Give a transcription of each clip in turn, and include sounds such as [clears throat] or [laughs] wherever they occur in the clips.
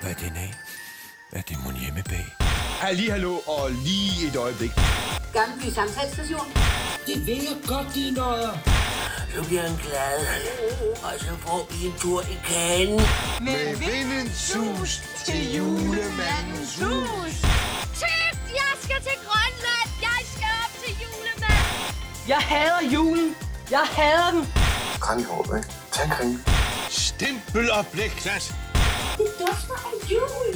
Hvad er den af? Hvad er det, mon hjemme bag? Halli, hallo, og lige et øjeblik. Gammelby Samtalsstation. Det vil jeg godt, de nøjer. Så bliver han glad, og så får vi en tur i kagen. Med vindens sus til julemandens hus. Tøft, jeg skal til Grønland. Jeg skal op til julemand. Jeg hader julen. Jeg hader den. Kranjehåb, ikke? Tag kring. Stempel og blikklat. Det dufter af jul.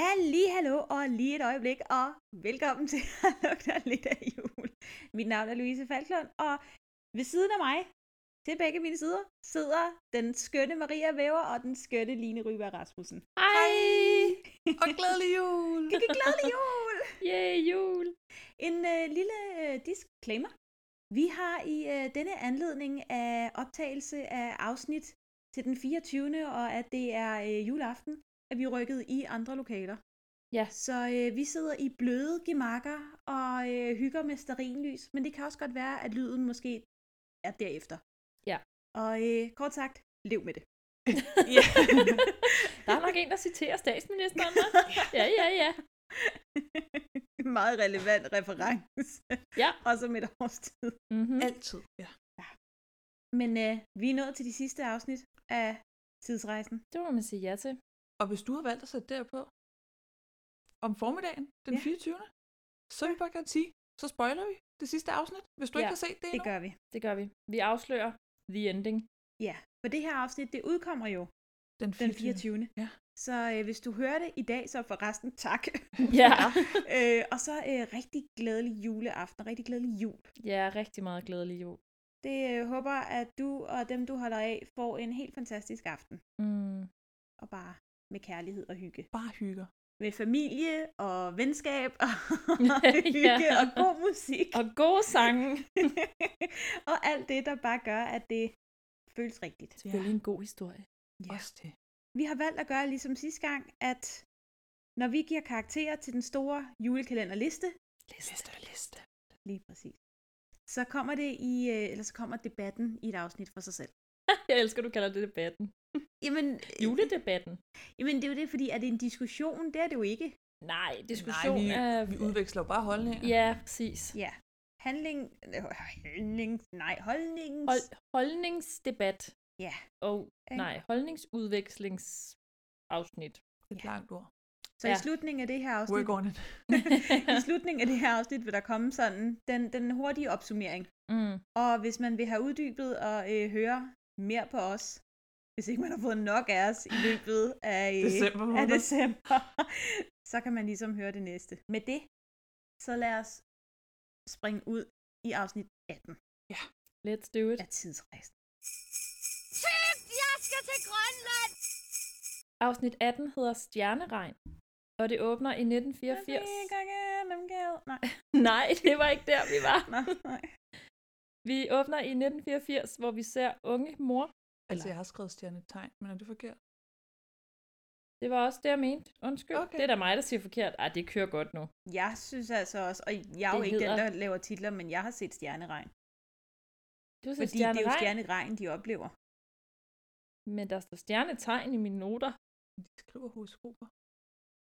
Halli, hallo og lige et øjeblik, og velkommen til [laughs] at lugter lidt af jul. Mit navn er Louise Falklund, og ved siden af mig, til begge mine sider, sidder den skønne Maria Væver og den skønne Line Ryber Rasmussen. Hej! Og glædelig jul! Kan [laughs] glædelig jul! Yay, jul! En øh, lille øh, disclaimer. Vi har i øh, denne anledning af optagelse af afsnit til den 24. og at det er øh, juleaften, at vi er rykket i andre lokaler. Ja, Så øh, vi sidder i bløde gemakker og øh, hygger med sterinlys, men det kan også godt være, at lyden måske er derefter. Ja. Og øh, kort sagt, lev med det. [laughs] ja. der er nok en, der citerer statsministeren. [laughs] hva'? Ja, ja, ja. [laughs] Meget relevant reference. Ja. Også med et årstid. Mm-hmm. Altid, ja. Men øh, vi er nået til de sidste afsnit af tidsrejsen. Det må man sige ja til. Og hvis du har valgt at sætte derpå om formiddagen, den Ja. 24. Så vil jeg bare gerne sige, så spoiler vi det sidste afsnit, hvis du Ja, ikke har set det Det endnu. gør vi. Det gør vi. Vi afslører the ending. Ja, for det her afsnit, det udkommer jo den 24. Ja. Så øh, hvis du hører det i dag, så forresten [laughs] tak. [laughs] Ja. øh, og så øh, rigtig glædelig juleaften, rigtig glædelig jul. ja, rigtig meget glædelig jul. Det øh, håber, at du og dem, du holder af, får en helt fantastisk aften. Mm. Og bare med kærlighed og hygge. Bare hygger. Med familie og venskab og [laughs] hygge [laughs] Ja. og god musik. Og gode sange. [laughs] og alt det, der bare gør, at det føles rigtigt. Ja. Selvfølgelig en god historie. Ja. Også det. Vi har valgt at gøre ligesom sidste gang, at når vi giver karakterer til den store julekalenderliste, Liste, liste. lige præcis, så kommer det i, øh, eller så kommer debatten i et afsnit for sig selv. [laughs] Jeg elsker, du kalder det debatten. Jamen, Juledebatten. jamen det er jo det, fordi er det en diskussion? Det er det jo ikke. Nej, Nej, diskussion vi, er... vi udveksler jo bare holdninger. Ja, præcis. Ja. Handling... øh, Handling... Nej, holdningens... Hold, holdningsdebat. Ja. Og Ikke? nej, [laughs] holdningsudvekslingsafsnit. Et Ja. langt ord. Så ja. i ja. slutningen af det her afsnit... Work on it. I slutningen af det her afsnit vil der komme sådan den, den hurtige opsummering. mm. Og hvis man vil have uddybet og øh, høre mere på os, hvis ikke man har fået nok af os i løbet af, øh, December af måned. december, [laughs] så kan man ligesom høre det næste. Med det, så lad os springe ud i afsnit 18 Let's do it. af tidsrejsen. Tøft, jeg skal til Grønland. Afsnit 18 hedder Stjerneregn, og det åbner i 1984. Nej, Nej, det var ikke der, vi var. nej, nej. Vi åbner i 1984, hvor vi ser unge mor. Altså, jeg har skrevet stjernetegn, men er det forkert? Det var også det, jeg mente. Undskyld. Okay. Okay. Det er da mig, der siger forkert. Ej, det kører godt nu. Jeg synes altså også, og jeg er jo Det ikke den, hedder- der laver titler, men jeg har set stjerneregn. Du siger Fordi det er jo stjerneregn, stjerneregn, de oplever. men der står stjernetegn i mine noter. De skriver horoskoper.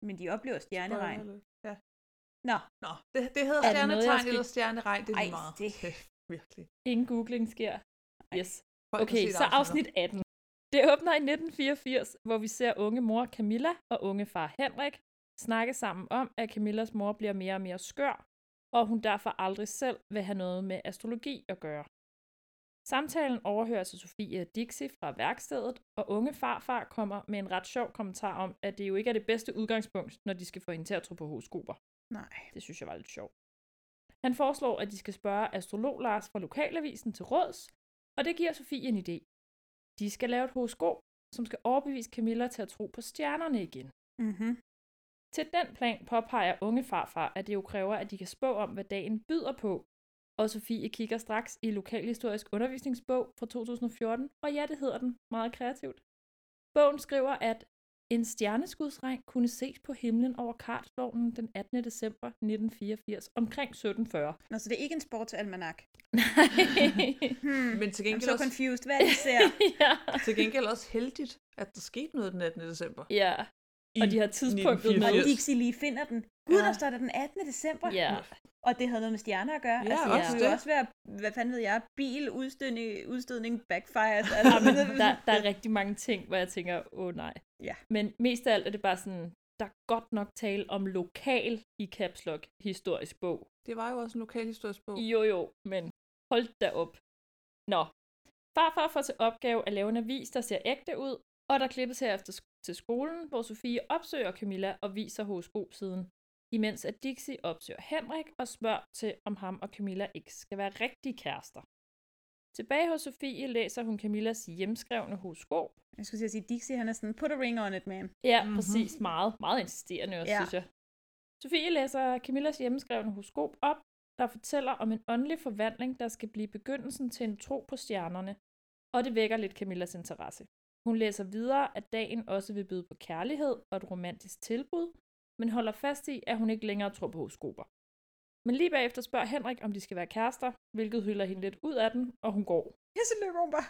Men de oplever stjerneregn. Spoiler alert. Ja. Nå, Nå, det, det hedder Er det noget, jeg stjernetegn skal- eller stjerneregn, det er Ej, lige meget. det- [laughs] Virkelig. Ingen googling sker. Yes. Folk har Okay, set så afsnittet. afsnit 18. Det åbner i 1984, hvor vi ser unge mor Camilla og unge far Henrik snakke sammen om, at Camillas mor bliver mere og mere skør, og hun derfor aldrig selv vil have noget med astrologi at gøre. Samtalen overhøres af Sofie og Dixie fra værkstedet, og unge farfar kommer med en ret sjov kommentar om, at det jo ikke er det bedste udgangspunkt, når de skal få hende til at tro på horoskoper. nej. Det synes jeg var lidt sjovt. Han foreslår, at de skal spørge astrolog Lars fra Lokalavisen til råds, og det giver Sofie en idé. De skal lave et horoskop, som skal overbevise Camilla til at tro på stjernerne igen. Mm-hmm. Til den plan påpeger unge farfar, at det jo kræver, at de kan spå om, hvad dagen byder på. Og Sofie kigger straks i Lokalhistorisk Undervisningsbog fra 2014, og ja, det hedder den meget kreativt. Bogen skriver, at En stjerneskudsregn kunne ses på himlen over Karlsvognen den 18. december 1984 omkring 1740. Nå, så det er ikke en sportsalmanak. Nej. Hmm. Men til I'm gengæld, so også, confused. Hvad er det, vi ser? [laughs] ja. til gengæld også heldigt, at der skete noget den 18. december. ja. Og de har tidspunktet med. Og 1984. Dixie lige finder den. Gud, Ja. der står der den 18. december. Ja. Og det havde noget med stjerner at gøre. Ja, altså, det også kunne det. også være, hvad fanden ved jeg, bil, udstødning, udstødning backfires. Altså, Men [laughs] der, der er rigtig mange ting, hvor jeg tænker, åh nej. Ja. Men mest af alt er det bare sådan, der er godt nok tale om lokal i Caps Lock historisk bog. Det var jo også en lokalhistorisk bog. Jo jo, men hold da op. Nå. Farfar får til opgave at lave en avis, der ser ægte ud, og der klippes herefter sk- til skolen, hvor Sofie opsøger Camilla og viser horoskopsiden, imens at Dixie opsøger Henrik og spørger til, om ham og Camilla ikke skal være rigtige kærester. Tilbage hos Sofie læser hun Camillas hjemskrevne horoskop, Jeg skulle til at sige, Dixie, han er sådan, put a ring on it, man. Ja, mm-hmm. præcis. Meget, meget insisterende også, ja. Ja. synes jeg. Sofie læser Camillas hjemmeskrevne horoskop op, der fortæller om en åndelig forvandling, der skal blive begyndelsen til en tro på stjernerne, og det vækker lidt Camillas interesse. Hun læser videre, at dagen også vil byde på kærlighed og et romantisk tilbud, men holder fast i, at hun ikke længere tror på horoskoper. Men lige bagefter spørger Henrik, om de skal være kærester, hvilket hylder hende lidt ud af den, og hun går. Ja, så løber hun bare.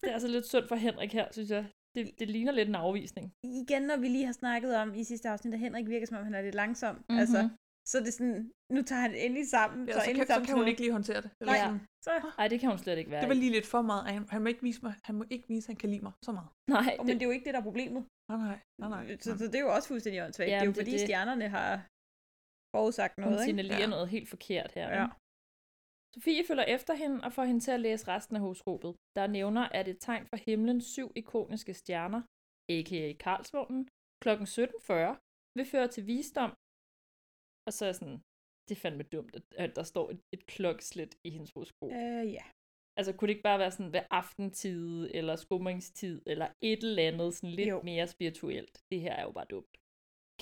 Det er altså lidt synd for Henrik her, synes jeg. Det, det ligner lidt en afvisning. Igen, når vi lige har snakket om i sidste afsnit, at Henrik virker, som om han er lidt langsom. Mm-hmm. Altså, Mhm. så er det sådan, nu tager han endelig sammen. Ja, så, så, kan, endelig så sammen kan til hun noget. ikke lige håndtere det. Eller Nej. sådan. Så, Nej, det kan hun slet ikke være. Det var i. lige lidt for meget. Han, han må ikke vise mig. Han må ikke vise, at han kan lide mig så meget. Nej, oh, men det, det er jo ikke det, der er problemet. Nej, nej, nej, nej. Så, så det er jo også fuldstændig åndssvagt. Ja, det er jo men det er fordi, det. stjernerne har forudsagt hun noget, ikke? signalerer Ja. noget helt forkert her. Ja. ikke? Sofie følger efter hende og får hende til at læse resten af horoskopet, der nævner, at et tegn fra himlen syv ikoniske stjerner, a.k.a. Karlsvognen, kl. 17.40, vil føre til visdom. Og så er jeg sådan, det er fandme dumt, at- at der står et, et klokkeslet i hendes horoskop. Ja. Øh, ja. Altså kunne det ikke bare være sådan ved aftentid, eller skumringstid, eller et eller andet sådan lidt jo. Jo. mere spirituelt. Det her er jo bare dumt.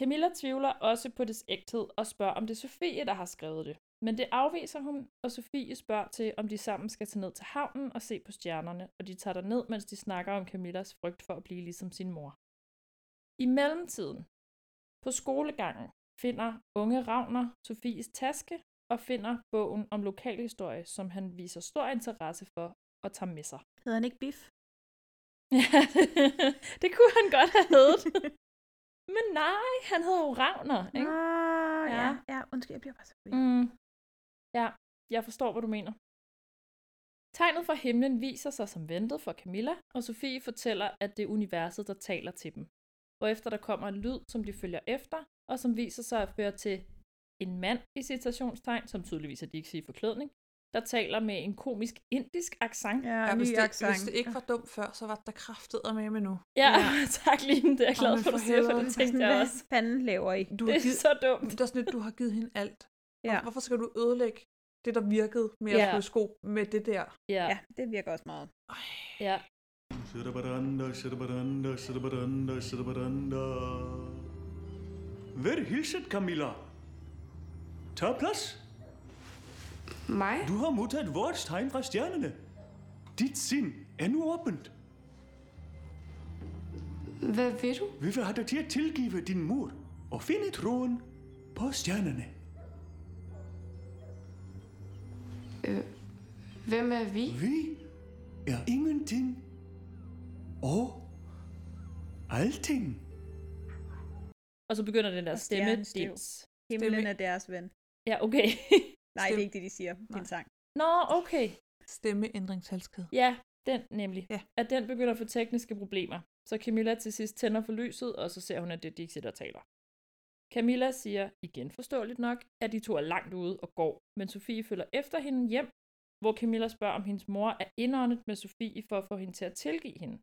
Camilla tvivler også på dets ægthed og spørger, om det er Sofie, der har skrevet det. Men det afviser hun, og Sofie spørger til, om de sammen skal tage ned til havnen og se på stjernerne, og de tager ned, mens de snakker om Camillas frygt for at blive ligesom sin mor. I mellemtiden, på skolegangen, finder unge Ravner Sofies taske og finder bogen om lokalhistorie, som han viser stor interesse for og tager med sig. Hedder han ikke Biff? Ja, [laughs] det kunne han godt have heddet. [laughs] Men nej, han hedder jo Ravner, ikke? Ah, Ja. ja. ja, undskyld, jeg bliver bare så mm. Mm. Ja, jeg forstår, hvad du mener. Tegnet fra himlen viser sig som ventet for Camilla, og Sofie fortæller, at det er universet, der taler til dem. Og efter der kommer en lyd, som de følger efter, og som viser sig at føre til en mand i citationstegn, som tydeligvis er Dixie i forklædning, der taler med en komisk indisk accent. Ja, Ja, ny hvis, det, accent. hvis det ikke var dumt før, så var det der kraftet med med nu. Ja, ja. [laughs] tak Line, det er jeg Åh, glad men for, at for du siger, for helvede, det det Sådan, tænkte jeg hvad også. fanden laver I? Du Det har er givet, så dumt. det er sådan lidt, du har givet hende alt. Ja. Og hvorfor skal du ødelægge det, der virkede med at Ja. få sko med det der? Ja, ja, det virker også meget. ja. Vær hilset, Camilla. Tag plads. Mig? Du har modtaget vores tegn fra stjernerne. Dit sind er nu åbent. Hvad vil du? Vi vil have dig til at tilgive din mor og finde troen på stjernerne. Hvem er vi? Vi er ingenting og alting. Og så begynder den der Og stemme. stjernestøv. Dels. Himlen Stemme- er deres ven. Ja, okay. [laughs] Nej, det Stemme- er ikke det, de siger. Det er en sang. Nå, okay. Stemmeændringshalskede. Ja, den nemlig. Ja. At den begynder at få tekniske problemer. Så Camilla til sidst tænder for lyset, og så ser hun, at det er Dixie, der taler. Camilla siger, igen forståeligt nok, at de to er langt ude og går, men Sofie følger efter hende hjem, hvor Camilla spørger, om hendes mor er indåndet med Sofie for at få hende til at tilgive hende.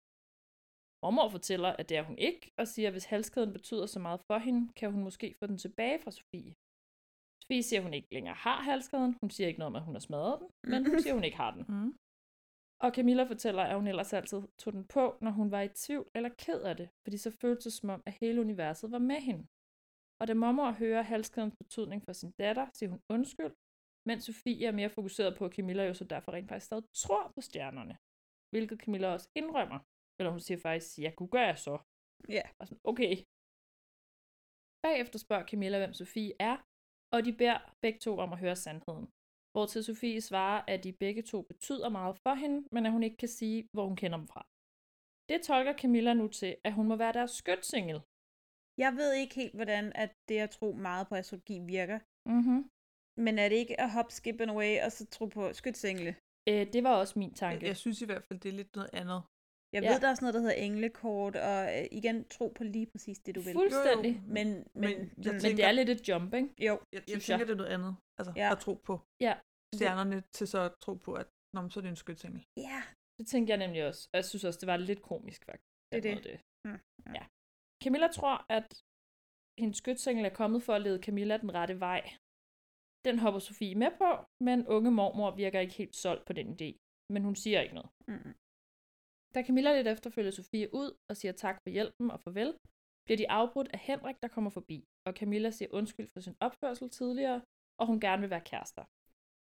Mormor fortæller, at det er hun ikke, og siger, at hvis halskæden betyder så meget for hende, kan hun måske få den tilbage fra Sofie. Sofie siger, at hun ikke længere har halskæden. Hun siger ikke noget om, at hun har smadret den, men hun siger, at hun ikke har den. Mm. Og Camilla fortæller, at hun ellers altid tog den på, når hun var i tvivl eller ked af det, fordi så føltes det som om, at hele universet var med hende. Og da mormor hører halskædens betydning for sin datter, siger hun undskyld, mens Sofie er mere fokuseret på, at Camilla jo så derfor rent faktisk stadig tror på stjernerne. Hvilket Camilla også indrømmer. Eller hun siger faktisk, ja, kunne gør jeg så. Ja. Og sådan, okay. Bagefter spørger Camilla, hvem Sofie er, og de beder begge to om at høre sandheden. Hvortil Sofie svarer, at de begge to betyder meget for hende, men at hun ikke kan sige, hvor hun kender dem fra. Det tolker Camilla nu til, at hun må være deres skytsengel. Jeg ved ikke helt, hvordan at det at tro meget på astrologi virker. Mm-hmm. Men er det ikke at hop, skip and away, og så tro på skytsengle? Øh, det var også min tanke. Jeg synes i hvert fald, det er lidt noget andet. Jeg Ja. ja. ved, der er sådan noget, der hedder englekort, og øh, igen, tro på lige præcis det, du vil. Fuldstændig. Jo, Men, men, Men men jeg Men det tænker- er lidt et jump, ikke? jo, Jeg, jeg Synes tænker, jeg. det er noget andet. Altså, Ja. ja. at tro på Ja, stjernerne, til så at tro på, at Nå, men så er det en skytsengel. ja, det tænkte jeg nemlig også. Og jeg synes også, det var lidt komisk, faktisk. Det er den det. måde, Mm, det. Ja. Camilla tror, at hendes skytsengel er kommet for at lede Camilla den rette vej. Den hopper Sofie med på, men unge mormor virker ikke helt solgt på den idé. Men hun siger ikke noget. Mm. Da Camilla lidt efter følger Sofie ud og siger tak for hjælpen og farvel, bliver de afbrudt af Henrik, der kommer forbi, og Camilla siger undskyld for sin opførsel tidligere, og hun gerne vil være kærester.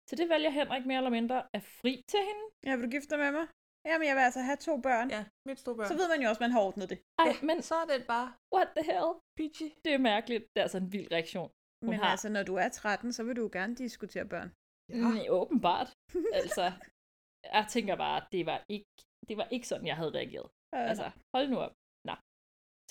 Til det vælger Henrik mere eller mindre at fri til hende. ja, vil du gifte dig med mig? Jamen, jeg vil altså have to børn. Ja. Ja, mit store børn. Så ved man jo også, man har ordnet det. Ej, men Så er den bare what the hell? peachy. Det er mærkeligt. Det er altså en vild reaktion. Hun Men har- altså, når du er 13, så vil du jo gerne diskutere børn. Ja. Men åbenbart. Altså, jeg tænker bare, at det var ikke, det var ikke sådan, jeg havde reageret. Øh, Altså, hold nu op. Nå.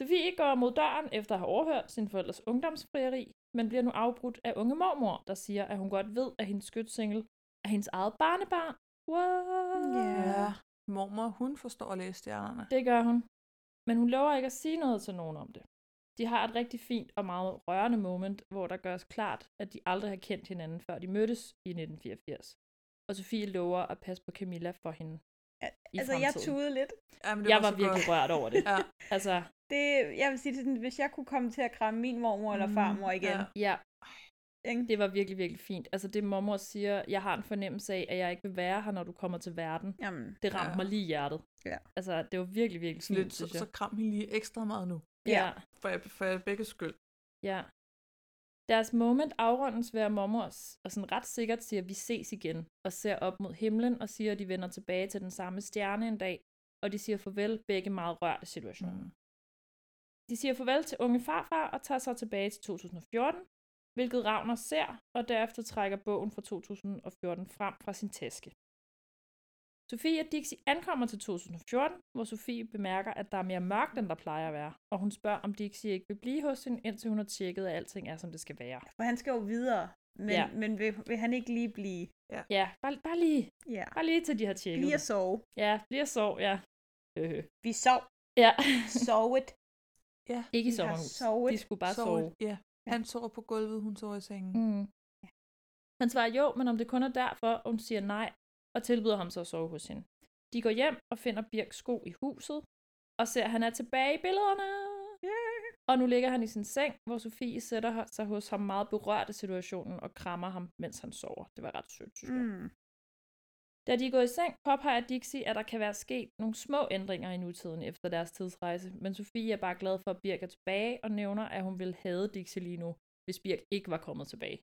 Sofie går mod døren efter at have overhørt sin forældres ungdomsfrieri, men bliver nu afbrudt af unge mormor, der siger, at hun godt ved, at hendes skytsengel er hendes eget barnebarn. What? Ja. Mormor, hun forstår at læse stjernerne. Det gør hun. Men hun lover ikke at sige noget til nogen om det. De har et rigtig fint og meget rørende moment, hvor der gøres klart, at de aldrig har kendt hinanden, før de mødtes i 1984. Og Sofie lover at passe på Camilla for hende. i altså, jeg fremtiden. tudede lidt. Ja, men Jeg var så virkelig godt. rørt over det. [laughs] Ja. Altså, Det, jeg vil sige det sådan, hvis jeg kunne komme til at kramme min mormor eller Mm, farmor igen. ja. ja, Ikke? det var virkelig, virkelig fint. Altså det mormor siger, jeg har en fornemmelse af, at jeg ikke vil være her, når du kommer til verden. Jamen, Det ramte Ja. mig lige i hjertet. Ja. Altså, det var virkelig, virkelig Sådan fint, lidt, så, synes jeg. så kram hende lige ekstra meget nu. ja. For, jeg, for jeg begge skyld. Ja. Deres moment afrundes ved at mormor s- og sådan ret sikkert siger, vi ses igen, og ser op mod himlen og siger, at de vender tilbage til den samme stjerne en dag, og de siger farvel begge meget rørte situationer. Mm. Mm. De siger farvel til unge farfar og tager sig tilbage til 2014, hvilket Ravner ser, og derefter trækker bogen fra 2014 frem fra sin taske. Sofie og Dixie ankommer til 2014, hvor Sofie bemærker, at der er mere mørkt, end der plejer at være, og hun spørger, om Dixie ikke vil blive hos hende, indtil hun har tjekket, at alting er, som det skal være. For han skal jo videre. Men, Ja. ja. men vil, vil han ikke lige blive... Ja, bare, bare, lige, Ja. bare lige til de har tjekket. Lige at det. sove. Ja, bliver sov, ja. Øh. Vi [laughs] sov. Ja, [laughs] Sovet. Ja. ikke i Vi har sommerhus. sovet. De skulle bare Sover- sove. Ja. Han sover på gulvet, hun sover i sengen. Mm. Han svarer jo, men om det kun er derfor, og hun siger nej, og tilbyder ham så at sove hos hende. De går hjem og finder Birks sko i huset, og ser, at han er tilbage i billederne. Yeah. Og nu ligger han i sin seng, hvor Sofie sætter sig hos ham meget berørt af situationen og krammer ham, mens han sover. Det var ret sødt, synes jeg. Mm. Da de er gået i seng, påpeger Dixie, at der kan være sket nogle små ændringer i nutiden efter deres tidsrejse, men Sofie er bare glad for, at Birk er tilbage og nævner, at hun ville have Dixie lige nu, hvis Birk ikke var kommet tilbage.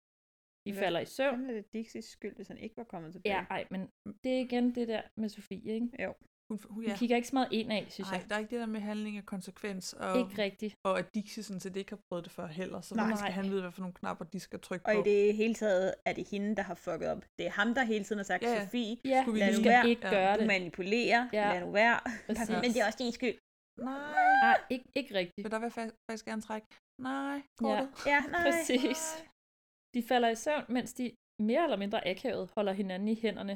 De Hvad falder i søvn. Fanden er det Dixies skyld, hvis han ikke var kommet tilbage. Ja, ej, men det er igen det der med Sofie, ikke? Jo. Hun, hun, Hun ja. kigger ikke så meget ind af, synes Ej, jeg. der er ikke det der med handling og konsekvens, og, Ikke rigtigt. og at Dixie sådan set ikke har prøvet det før heller, så Nej. hvorfor skal han vide, hvad for nogle knapper de skal trykke Og på? i det hele taget er det hende, der har fucket op. Det er ham, der hele tiden har sagt, Ja, ja. Sofie, Ja, Skulle vi du lade skal være? ikke Ja. gøre du det. manipulerer, Ja. ja. lad nu være. Præcis. Men det er også din skyld. Nej, Nej, ikke, ikke rigtigt. men der vil jeg fa- faktisk gerne trække. Nej, kortet. Ja, nej. Præcis. De falder i søvn, mens de mere eller mindre akavet holder hinanden i hænderne.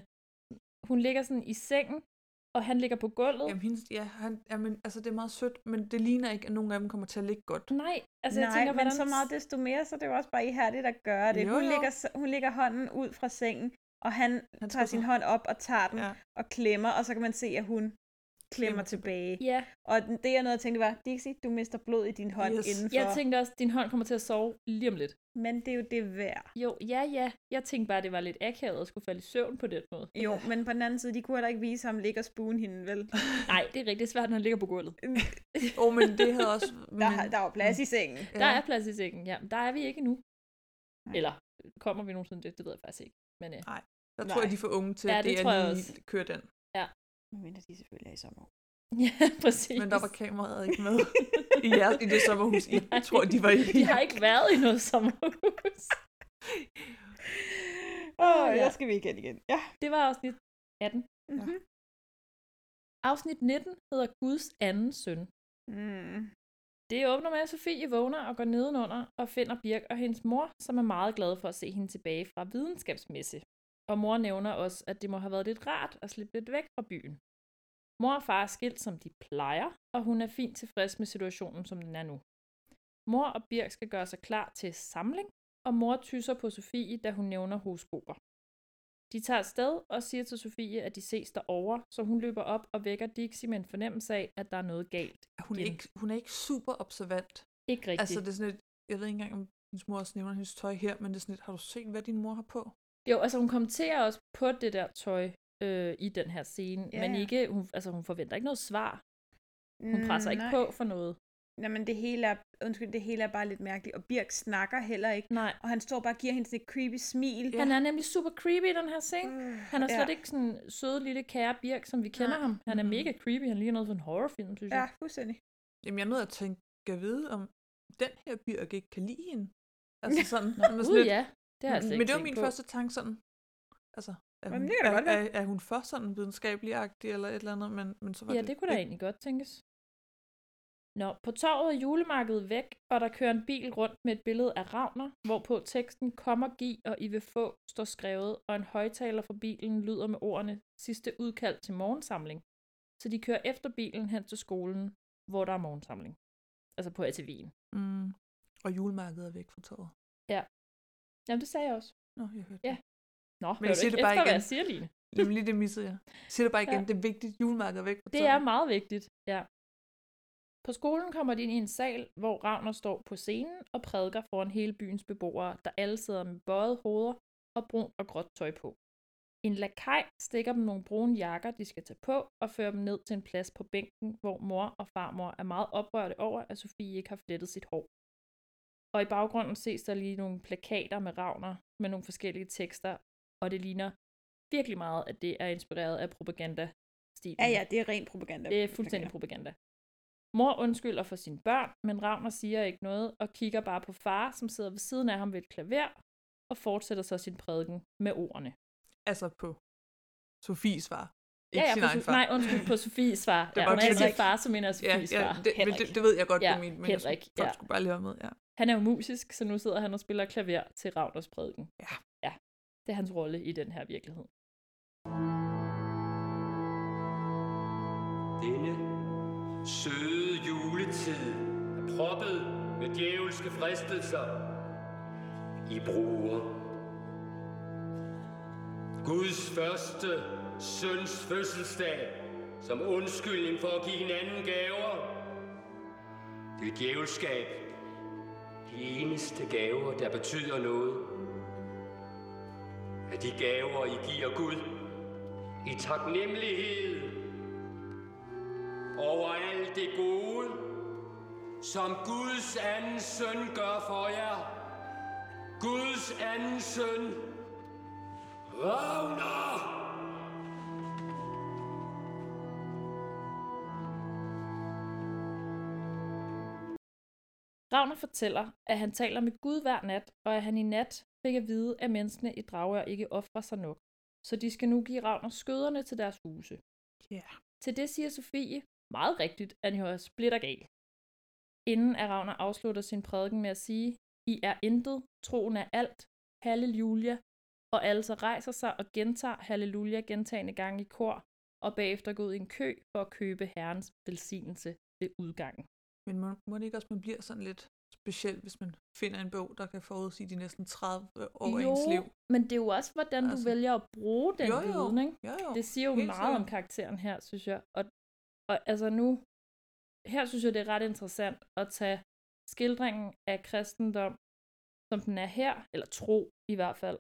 Hun ligger sådan i sengen, og han ligger på gulvet. Jamen, hendes, ja, han, jamen, altså, det er meget sødt, men det ligner ikke, at nogen af dem kommer til at ligge godt. Nej, altså Altså, nej, jeg tænker, men hvordan... så meget desto mere, så det er jo også bare ihærdigt at gøre det. Jo, hun, jo. Ligger, s- hun lægger hånden ud fra sengen, og han, Han tager skubber. sin hånd op og tager Mm. den Ja. og klemmer, og så kan man se, at hun klemmer Klemmer tilbage. Ja, Og den- det, jeg nåede at tænke, det var, Dixie, du mister blod i din hånd Yes. indenfor. jeg tænkte også, din hånd kommer til at sove lige om lidt. Men det er jo det værd. Jo, ja, ja. Jeg tænkte bare, det var lidt akavet at skulle falde i søvn på den måde. Jo, men på den anden side, de kunne heller ikke vise ham ligge og spune hende, vel? [laughs] Nej, det er rigtig svært, når han ligger på gulvet. Åh, oh, men det havde [laughs] også... Men, Der, der var plads i sengen. ja. Der er plads i sengen, ja. Men der er vi ikke endnu. Eller kommer vi nogensinde det? Det ved jeg faktisk ikke. Men øh, Der tror jeg, Nej. de er for unge til, Ja, at det det, er tror jeg lige også. kører den. Men mindre de selvfølgelig er i sommer. [laughs] Ja, præcis. Men der var kameraet ikke [laughs] med i, jer, i det sommerhus. I, jeg tror, de var i. De har ikke været i noget sommerhus. [laughs] Åh, oh, Ja. der skal vi igen igen. Ja. Det var afsnit 18. Mhm. Mm-hmm. Afsnit 19 hedder Guds anden søn. Mm. Det åbner med, at Sofie vågner og går nedenunder og finder Birk og hendes mor, som er meget glad for at se hende tilbage fra videnskabsmesse. Og mor nævner også, at det må have været lidt rart at slippe lidt væk fra byen. Mor og far er skilt, som de plejer, og hun er fint tilfreds med situationen, som den er nu. Mor og Birk skal gøre sig klar til samling, og mor tysser på Sofie, da hun nævner horoskoper. De tager afsted og siger til Sofie, at de ses derovre, så hun løber op og vækker Dixie med en fornemmelse af, at der er noget galt. Hun er, igen. ikke, hun er ikke super observant. Ikke rigtigt. Altså, det er sådan et, jeg ved ikke engang, om hendes mor også nævner hendes tøj her, men det er sådan et, har du set, hvad din mor har på? Jo, altså hun kommenterer også på det der tøj øh, i den her scene, Ja, men ja. ikke, hun, altså hun forventer ikke noget svar. Mm, Hun presser ikke Mm, nej. på for noget. Jamen, det hele, er, undskyld, det hele er bare lidt mærkeligt, og Birk snakker heller ikke. Nej. Og han står bare og giver hende sådan et creepy smil. Han er nemlig super creepy i den her scene. Han er ja. slet ikke sådan søde lille kære Birk, som vi kender Mm, Nej. ham. Han er Mhm. mega creepy. Han ligner noget fra en horrorfilm, synes Ja, jeg. fuldstændig. Jamen, jeg er nødt til at tænke, kan jeg vide, om den her Birk ikke kan lide [laughs] hende? Altså sådan, Nå, man er sådan uh, lidt- Mm, ja. Det har jeg slet Men ikke det var tænkt min på. første tanke sådan, altså, er Jamen, hun, det kan da er, godt være. er, er hun for sådan videnskabelig-agtig eller et eller andet, men, men så var Ja, det... det kunne da ikke- egentlig godt tænkes. Nå, på torvet er julemarkedet væk, og der kører en bil rundt med et billede af Ravner, hvorpå teksten kommer giv og I vil få står skrevet, og en højtaler fra bilen lyder med ordene sidste udkald til morgensamling. Så de kører efter bilen hen til skolen, hvor der er morgensamling. Altså på ATV'en. Mm. Og julemarkedet er væk fra torvet. Jamen, det sagde jeg også. Nå, jeg hørte Ja. det. Nå, jeg men du siger ikke det bare efter, hvad igen. jeg siger, Line? Jamen lige det missede jeg. Siger det bare Ja. igen, ja. det er vigtigt, julemarkedet er væk fra Det torvet. er meget vigtigt, ja. På skolen kommer de ind i en sal, hvor Ravner står på scenen og prædiker foran hele byens beboere, der alle sidder med bøjet hoveder og brun og gråt tøj på. En lakaj stikker dem nogle brune jakker, de skal tage på, og fører dem ned til en plads på bænken, hvor mor og farmor er meget oprørte over, at Sofie ikke har flettet sit hår. Og i baggrunden ses der lige nogle plakater med Ravner med nogle forskellige tekster, og det ligner virkelig meget, at det er inspireret af propaganda-stilen. Ja, ja, det er ren propaganda. Det er fuldstændig propaganda. Mor undskylder for sine børn, men Ravner siger ikke noget og kigger bare på far, som sidder ved siden af ham ved et klaver, og fortsætter så sin prædiken med ordene. Altså på Sofies far. ja, Ikke ja, sin på egen Sof- far. Nej, undskyld, på Sofies far. var ja, når jeg Henrik. siger far, så mener jeg Ja, Sofies ja far. det, men det, Henrik. det, ved jeg godt, Ja, du mente, men jeg Henrik, skulle, folk ja. skulle bare lige have med. Ja. Han er jo musisk, så nu sidder han og spiller klaver til Ravners prædiken. Ja. ja. Det er hans rolle i den her virkelighed. Denne søde juletid er proppet med djævelske fristelser. I bruger Guds første søns fødselsdag som undskyldning for at give hinanden gaver. Det er djævelskab. De eneste gaver, der betyder noget, er de gaver, I giver Gud i taknemmelighed over alt det gode, som Guds anden søn gør for jer. Guds anden søn, Ragnar! Ravner fortæller, at han taler med Gud hver nat, og at han i nat fik at vide, at menneskene i Dragør ikke offrer sig nok. Så de skal nu give Ravner skøderne til deres huse. Ja. Til det siger Sofie, meget rigtigt, at han er splitter gal. Inden at Ravner afslutter sin prædiken med at sige, I er intet, troen er alt, halleluja, og alle så rejser sig og gentager halleluja gentagende gange i kor, og bagefter går ud i en kø for at købe Herrens velsignelse ved udgangen. Men må, må det ikke også, man bliver sådan lidt speciel, hvis man finder en bog, der kan forudsige de næsten 30 år af ens liv? men det er jo også, hvordan du Altså. vælger at bruge den Jo, jo. viden, ikke? Jo, jo. Det siger jo Helt meget om sikkert. karakteren her, synes jeg. Og, og altså nu, her synes jeg, det er ret interessant at tage skildringen af kristendom, som den er her, eller tro i hvert fald,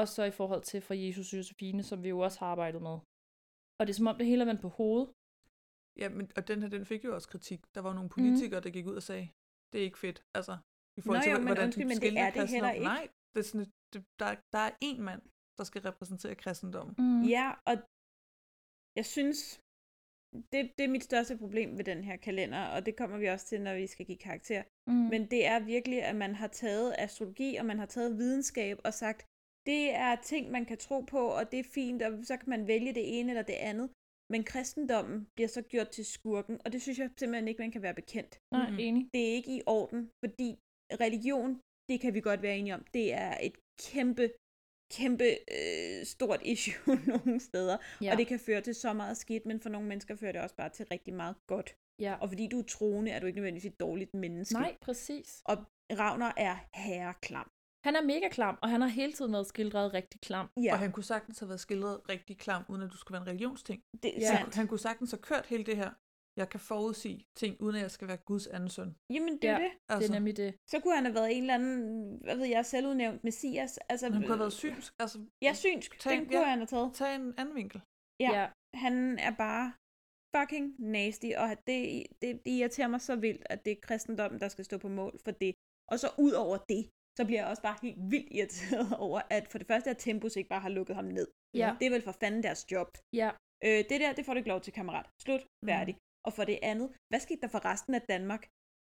og så i forhold til fra Jesus og Josefine, som vi jo også har arbejdet med. Og det er som om, det hele er vendt på hovedet. Ja, men, og den her, den fik jo også kritik. Der var Mhm. nogle politikere, mm. der gik ud og sagde, det er ikke fedt. Altså, i forhold Nå til, jo, hva- men hvordan de undskyld, men det skildrer er det kristendom. heller ikke. Nej, det er sådan, et- det, der, er- der er én Mm, mand, der skal repræsentere kristendommen. Mm. Ja, og jeg synes, det, det er mit største problem ved den her kalender, og det kommer vi også til, når vi skal give karakter. Mm. Men det er virkelig, at man har taget astrologi, og man har taget videnskab og sagt, det er ting, man kan tro på, og det er fint, og så kan man vælge det ene eller det andet. Men kristendommen bliver så gjort til skurken, og det synes jeg simpelthen ikke, man kan være bekendt. Nej, Mhm. enig. Det er ikke i orden, fordi religion, det kan vi godt være enige om, det er et kæmpe, kæmpe øh, stort [laughs] issue nogle steder. Ja. Ja. Og det kan føre til så meget skidt, men for nogle mennesker fører det også bare til rigtig meget godt. Ja. Og fordi du er troende, er du ikke nødvendigvis et dårligt menneske. Nej, præcis. Og Ravner er herreklam. Han er mega klam, og han har hele tiden været skildret rigtig klam. Ja. Og han kunne sagtens have været skildret rigtig klam, uden at du skulle være en religionsting. Det er han, sandt. han kunne sagtens have kørt hele det her. Jeg kan forudsige ting, uden at jeg skal være Guds anden søn. Altså, Jamen, det er jo det. det. Så kunne han have været en eller anden, hvad ved jeg, selvudnævnt messias. Altså, Han kunne have været synsk. Altså, ja, synsk. tag- Tag, den kunne ja. han have taget. Tag en anden vinkel. Ja. Ja. ja. Han er bare fucking nasty, og det, det, det irriterer mig så vildt, at det er kristendommen, der skal stå på mål for det. Og så ud over det, så bliver jeg også bare helt vildt irriteret [laughs] over, at for det første, at Tempus ikke bare har lukket ham ned. Ja. Det er vel for fanden deres job. Ja. Øh, det der, det får du ikke lov til, kammerat. Slut. Færdig. Mm. Og for det andet, hvad skete der for resten af Danmark?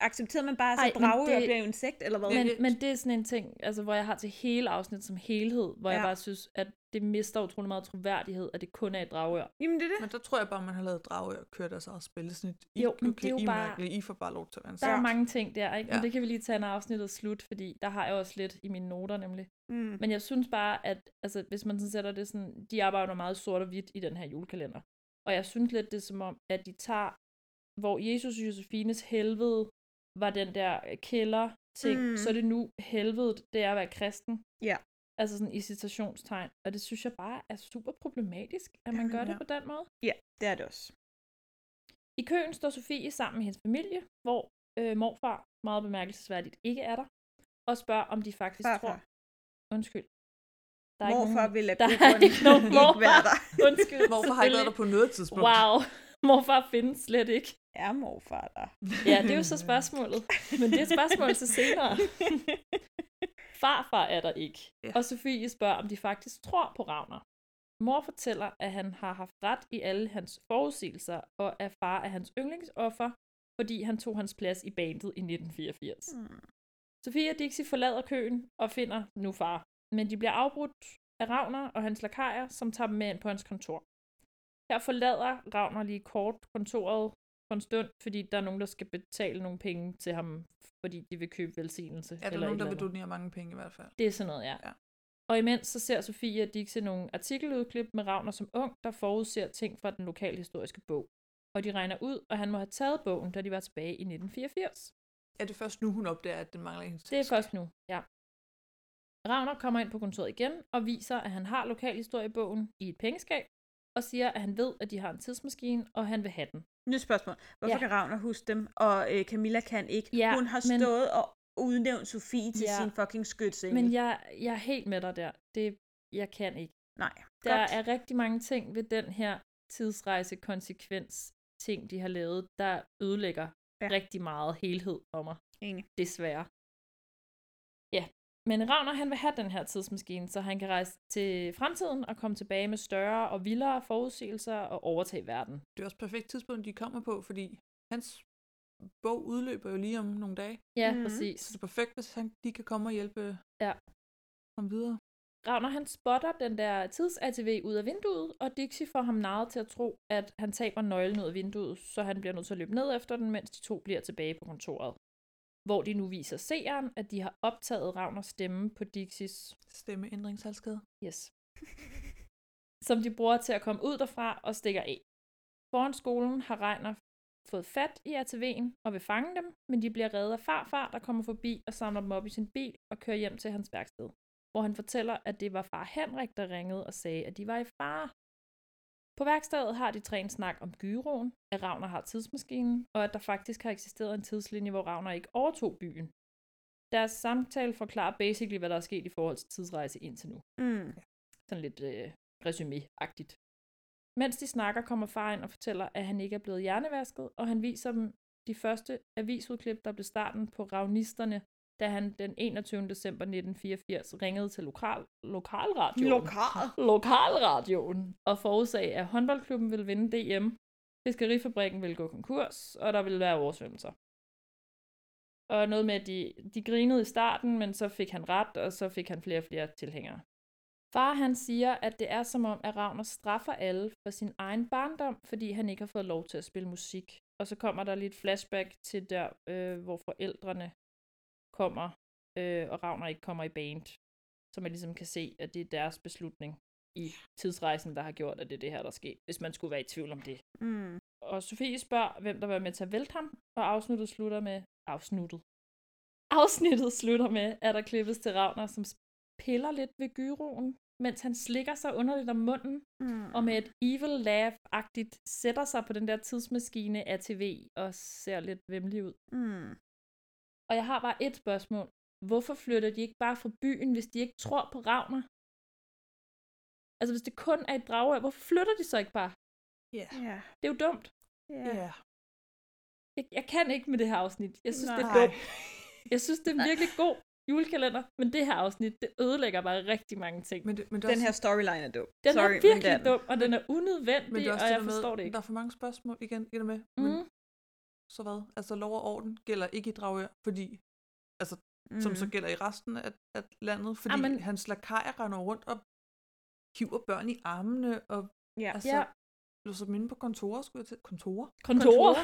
Accepterede man bare, at Ej, så men drager det- bliver en sekt, eller hvad? Men, men det er sådan en ting, altså, hvor jeg har til hele afsnit som helhed, hvor ja. jeg Ja. bare synes, at det mister utrolig meget troværdighed, at det kun er et dragør. Jamen, det er det. Men der tror jeg bare, man har lavet drage og kørt deres eget spillesnit. I, Jo, men okay, det er jo I er bare- mærkelige, I får bare lov til at være en Der er sekt. mange ting der, ikke? Men Ja. det kan vi lige tage, når afsnittet slut, fordi der har jeg også lidt i mine noter nemlig. Mm. Men jeg synes bare, at altså, hvis man sådan sætter det sådan, de arbejder meget sort og hvidt i den her julekalender. Og jeg synes lidt, det er som om, at de tager, hvor Jesus og Josefines helvede var den der øh, kælder ting, mm. Mm. så er det nu helvedet, det er at være kristen. Ja. Altså sådan i citationstegn. Og det synes jeg bare er super problematisk, at man Jamen, gør det ja. på den måde. Ja, det er det også. I køen står Sofie sammen med hendes familie, hvor øh, morfar meget bemærkelsesværdigt ikke er der, og spørger, om de faktisk Farfar. tror... Undskyld. Morfar vil af der gode er grunde [laughs] ikke nogen ikke morfar. være der. Undskyld. [laughs] Morfar har ikke været der på noget tidspunkt. Wow. [laughs] Morfar findes slet ikke. Er morfar der? Ja, det er jo så spørgsmålet. Men det er et spørgsmål til senere. [laughs] Farfar er der ikke. Ja. Og Sofie spørger, om de faktisk tror på Ravner. Mor fortæller, at han har haft ret i alle hans forudsigelser, og at far er hans yndlingsoffer, fordi han tog hans plads i bandet i 1984. Mm. Sofie og Dixie forlader køen og finder nu far, men de bliver afbrudt af Ravner og hans lakajer, som tager dem med ind på hans kontor. Her forlader Ravner lige kort kontoret for en stund, fordi der er nogen, der skal betale nogle penge til ham, fordi de vil købe velsignelse. [laughs] Er der eller nogen, et der vil eller andet. donere mange penge i hvert fald? Det er sådan noget, ja. ja. Og imens så ser Sofie og Dixie nogle artikeludklip med Ravner som ung, der forudser ting fra den lokale historiske bog. Og de regner ud, og han må have taget bogen, da de var tilbage i 1984. Er det først nu, hun opdager, at den mangler hendes Det er først nu, ja. Ravner kommer ind på kontoret igen og viser, at han har lokalhistoriebogen i et pengeskab, og siger, at han ved, at de har en tidsmaskine, og han vil have den. Nyt spørgsmål. Hvorfor Ja. ja. kan Ravner huske dem, og øh, Camilla kan ikke? Ja, Hun har men- stået og udnævnt Sofie til Ja. sin fucking skytsengel. Men jeg, jeg er helt med dig der. Det, jeg kan ikke. Nej. Der Godt. er rigtig mange ting ved den her tidsrejse-konsekvens ting, de har lavet, der ødelægger ja. rigtig meget helhed for mig. Enig. Desværre. Ja, men Ravner han vil have den her tidsmaskine, så han kan rejse til fremtiden og komme tilbage med større og vildere forudsigelser og overtage verden. Det er også et perfekt tidspunkt, de kommer på, fordi hans bog udløber jo lige om nogle dage. Ja, Mhm. præcis. Så det er perfekt, hvis han, de kan komme og hjælpe Ja. ham videre. Ravner han spotter den der tids-ATV ud af vinduet, og Dixie får ham narret til at tro, at han taber nøglen ud af vinduet, så han bliver nødt til at løbe ned efter den, mens de to bliver tilbage på kontoret. Hvor de nu viser seeren, at de har optaget Ravners stemme på Dixies stemmeændringshalskade. Yes. [laughs] som de bruger til at komme ud derfra og stikker af. Foran skolen har Regner fået fat i ATV'en og vil fange dem, men de bliver reddet af farfar, der kommer forbi og samler dem op i sin bil og kører hjem til hans værksted, hvor han fortæller, at det var far Henrik, der ringede og sagde, at de var i fare. På værkstedet har de tre en snak om gyroen, at Ravner har tidsmaskinen, og at der faktisk har eksisteret en tidslinje, hvor Ravner ikke overtog byen. Deres samtale forklarer basically, hvad der er sket i forhold til tidsrejse indtil nu Mm. sådan lidt øh, resumé-agtigt. Mens de snakker, kommer far ind og fortæller, at han ikke er blevet hjernevasket, og han viser dem de første avisudklip, der blev starten på Ravnisterne, da han den 21. december 1984 ringede til lokal, lokalradioen. Lokal. Lokalradioen. Og forudsagde, at håndboldklubben ville vinde DM, Fiskerifabrikken ville gå konkurs, og der ville være oversvømmelser. Og noget med, at de, de grinede i starten, men så fik han ret, og så fik han flere og flere tilhængere. Far han siger, at det er som om, at Ravner straffer alle for sin egen barndom, fordi han ikke har fået lov til at spille musik. Og så kommer der lige et flashback til der, øh, hvor forældrene kommer, øh, og Ravner ikke kommer i band. Så man ligesom kan se, at det er deres beslutning i tidsrejsen, der har gjort, at det er det her, der sker, hvis man skulle være i tvivl om det. Mm. Og Sofie spørger, hvem der var med til at vælte ham, og afsnittet slutter med afsnittet. Afsnittet slutter med, at der klippes til Ravner, som piller lidt ved gyroen, mens han slikker sig underligt om munden, Mm. og med et evil laugh-agtigt sætter sig på den der tidsmaskine af tv og ser lidt vemmelig ud. Mm. Og jeg har bare et spørgsmål. Hvorfor flytter de ikke bare fra byen, hvis de ikke tror på Ravner? Altså, hvis det kun er i Dragør, hvorfor flytter de så ikke bare? Ja. Ja. Det er jo dumt. Ja. Ja. Jeg, jeg kan ikke med det her afsnit. Jeg synes, Nej. det er Nej. dumt. Jeg synes, det er en virkelig god julekalender, men det her afsnit, det ødelægger bare rigtig mange ting. Men det, men det er Den også- her storyline er dum. Den Sorry, er men det virkelig den. dum, og den er unødvendig, Men det er også og det jeg der forstår med, det ikke. Der er for mange spørgsmål igen, er du med? Mm. Men så hvad? Altså lov og orden gælder ikke i Dragør, fordi altså, mm. som Mm. så gælder i resten af, af landet, fordi Jamen- Amen. hans lakajer render rundt og hiver børn i armene og Ja. altså, Ja. ja. låser dem inde på kontorer, skulle jeg til. Kontorer? Kontorer.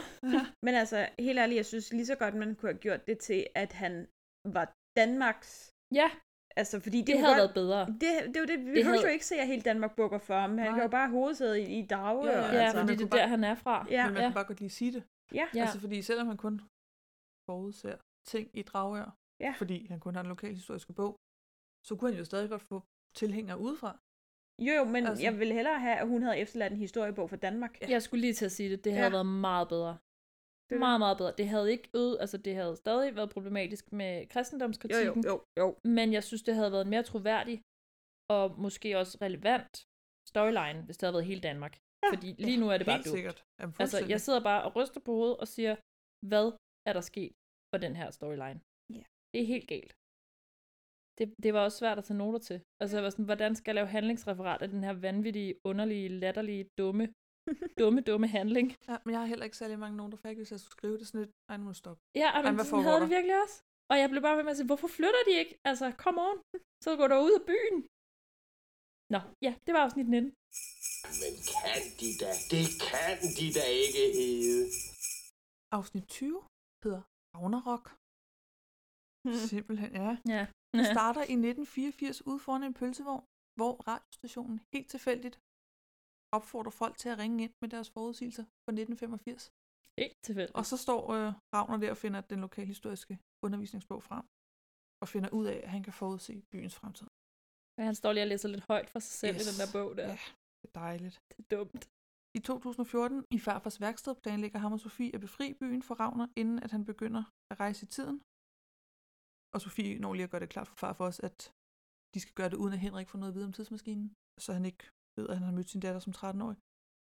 Men altså, helt ærligt, jeg synes lige så godt, man kunne have gjort det til, at han var Danmarks... Ja, Altså, fordi det, det kunne havde godt... været bedre. Det, det var det, vi Det behøver havde- jo ikke se, at hele Danmark bukker for ham. Han Nej. kan jo bare have hovedsædet i, i dag. Ja, ja, Ja, altså, fordi man det er kunne der, bare- han er fra. Ja. Men man Ja. ja. kan bare godt lige sige det. ja. Ja. Ja. Altså fordi selvom han kun forudser ting i Dragør, Ja. fordi han kun har en lokalhistorisk bog, så kunne han jo stadig godt få tilhængere udefra. Jo, jo, men altså... Altså- jeg ville hellere have, at hun havde efterladt en historiebog for Danmark. Jeg skulle lige til at sige det. Det havde Ja. været meget bedre. Det- Meget, meget bedre. Det havde ikke øget, altså det havde stadig været problematisk med Jo, jo, kristendomskritikken, jo, jo. men jeg synes, det havde været en mere troværdig og måske også relevant storyline, hvis det havde været hele Danmark. Fordi lige nu er det bare Helt dumt. sikkert. Jamen, Altså, jeg fuldstændig. sidder bare og ryster på hovedet og siger, hvad er der sket for den her storyline? Ja. Det er helt galt. Det, det var også svært at tage noter til. Altså, jeg var sådan, hvordan skal jeg lave handlingsreferat af den her vanvittige, underlige, latterlige, [laughs] dumme, dumme, dumme handling? Ja, men jeg har heller ikke særlig mange noter, for jeg ikke, hvis jeg skulle skrive det sådan lidt, ej, nu må du stoppe. Ja, og Ej, men hvad sådan foregår havde der? det virkelig også. Og jeg blev bare ved med at sige, hvorfor flytter de ikke? Altså, come on. Så går der ud af byen. Nå, ja, det var afsnit 19. Men kan de da? Det kan de da ikke hedde. Afsnit 20 hedder Ragnarok. Simpelthen, ja. [laughs] Ja. Det starter i 1984 ude foran en pølsevogn, hvor radiostationen helt tilfældigt opfordrer folk til at ringe ind med deres forudsigelser fra 1985. Helt tilfældigt. Og så står øh, Ravner der og finder den lokalhistoriske undervisningsbog frem, og finder ud af, at han kan forudse byens fremtid. Men han står lige og læser lidt højt for sig selv yes. i Yes. den der bog der. Ja. Det er dejligt. Det er dumt. I 2014 i farfars værksted planlægger ham og Sofie at befri byen for Ravner, inden at han begynder at rejse i tiden. Og Sofie når lige at gøre det klart for far for os, at de skal gøre det uden at Henrik får noget at vide om tidsmaskinen, så han ikke ved, at han har mødt sin datter som 13-årig.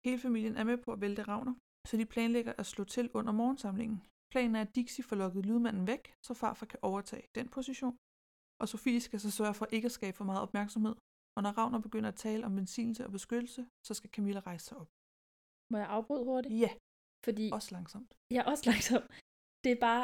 Hele familien er med på at vælte Ravner, så de planlægger at slå til under morgensamlingen. Planen er, at Dixie får lukket lydmanden væk, så farfar kan overtage den position, og Sofie skal så sørge for ikke at skabe for meget opmærksomhed, og når Ravner begynder at tale om velsignelse og beskyttelse, så skal Camilla rejse sig op. Må jeg afbryde hurtigt? Ja, Fordi også langsomt. jeg er også [laughs] langsom. Det er bare,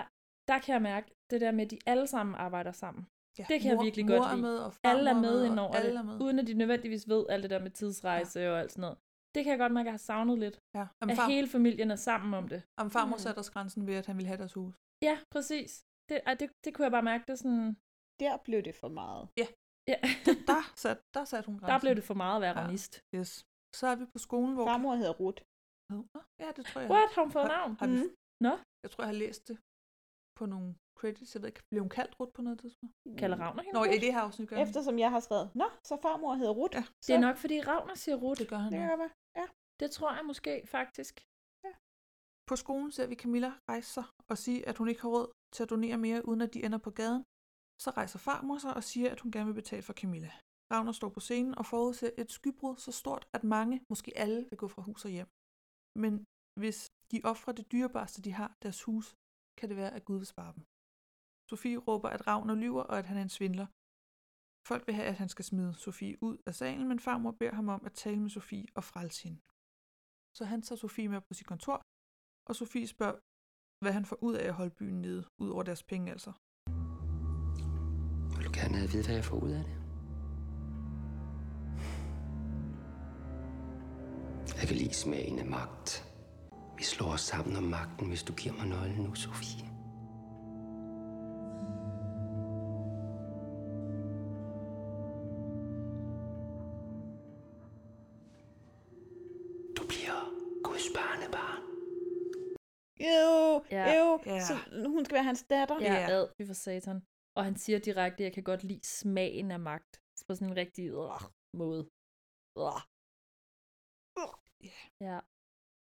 der kan jeg mærke, det der med, at de alle sammen arbejder sammen. Ja, Det kan jeg mor- virkelig mor godt er lide. med, og alle er farmor med og ind over alle det, er med. uden at de nødvendigvis ved alt det der med tidsrejse ja. og alt sådan noget. Det kan jeg godt mærke, at jeg har savnet lidt. Ja. At Jamen, far, hele familien er sammen om det. jamen, farmor satte også grænsen ved, at han ville have deres [laughs] hus. Ja, præcis. Det, ej, det, det kunne jeg bare mærke, det er sådan... Der blev det for meget. Ja, [laughs] Der satte, der satte hun grænsen. der blev det for meget at være Ja. ranist. Yes. Så er vi på skolen, hvor... Farmor hedder Rut. Nå, Ja, det tror jeg. What? Har hun fået Har- navn? Har vi... Mm. Nå. Jeg tror, jeg har læst det på nogle credits. Jeg ved ikke, blev hun kaldt Rut på noget tidspunkt? Kalder Ravner hende Nå, i Rut? det her afsnit gør han. Eftersom jeg har skrevet, nå, så farmor hedder Rut. Ja. så Det er nok, fordi Ravner siger Rut. Det gør han. Det kan ja. godt være. Ja. Det tror jeg måske faktisk. På skolen ser vi Camilla rejse sig og sige, at hun ikke har råd til at donere mere, uden at de ender på gaden. Så rejser farmor sig og siger, at hun gerne vil betale for Camilla. Ravner står på scenen og forudser et skybrud så stort, at mange, måske alle, vil gå fra hus og hjem. Men hvis de offrer det dyrebarste, de har, deres hus, kan det være, at Gud vil spare dem. Sofie råber, at Ravner lyver og at han er en svindler. Folk vil have, at han skal smide Sofie ud af salen, men farmor beder ham om at tale med Sofie og frelse hende. så han tager Sofie med op på sit kontor, og Sofie spørger, hvad han får ud af at holde byen nede, ud over deres penge altså. Jeg vil du gerne have at vide, hvad jeg får ud af det. Jeg kan lide smagen af magt. Vi slår os sammen om magten, hvis du giver mig nøglen nu, Sofie. Du bliver Guds barnebarn. Jo, Ja. jo. Ja. Så hun skal være hans datter. Ja, ja. ad, vi for satan. Og han siger direkte, at jeg kan godt lide smagen af magt. På sådan en rigtig øh, måde. Øh. Ja.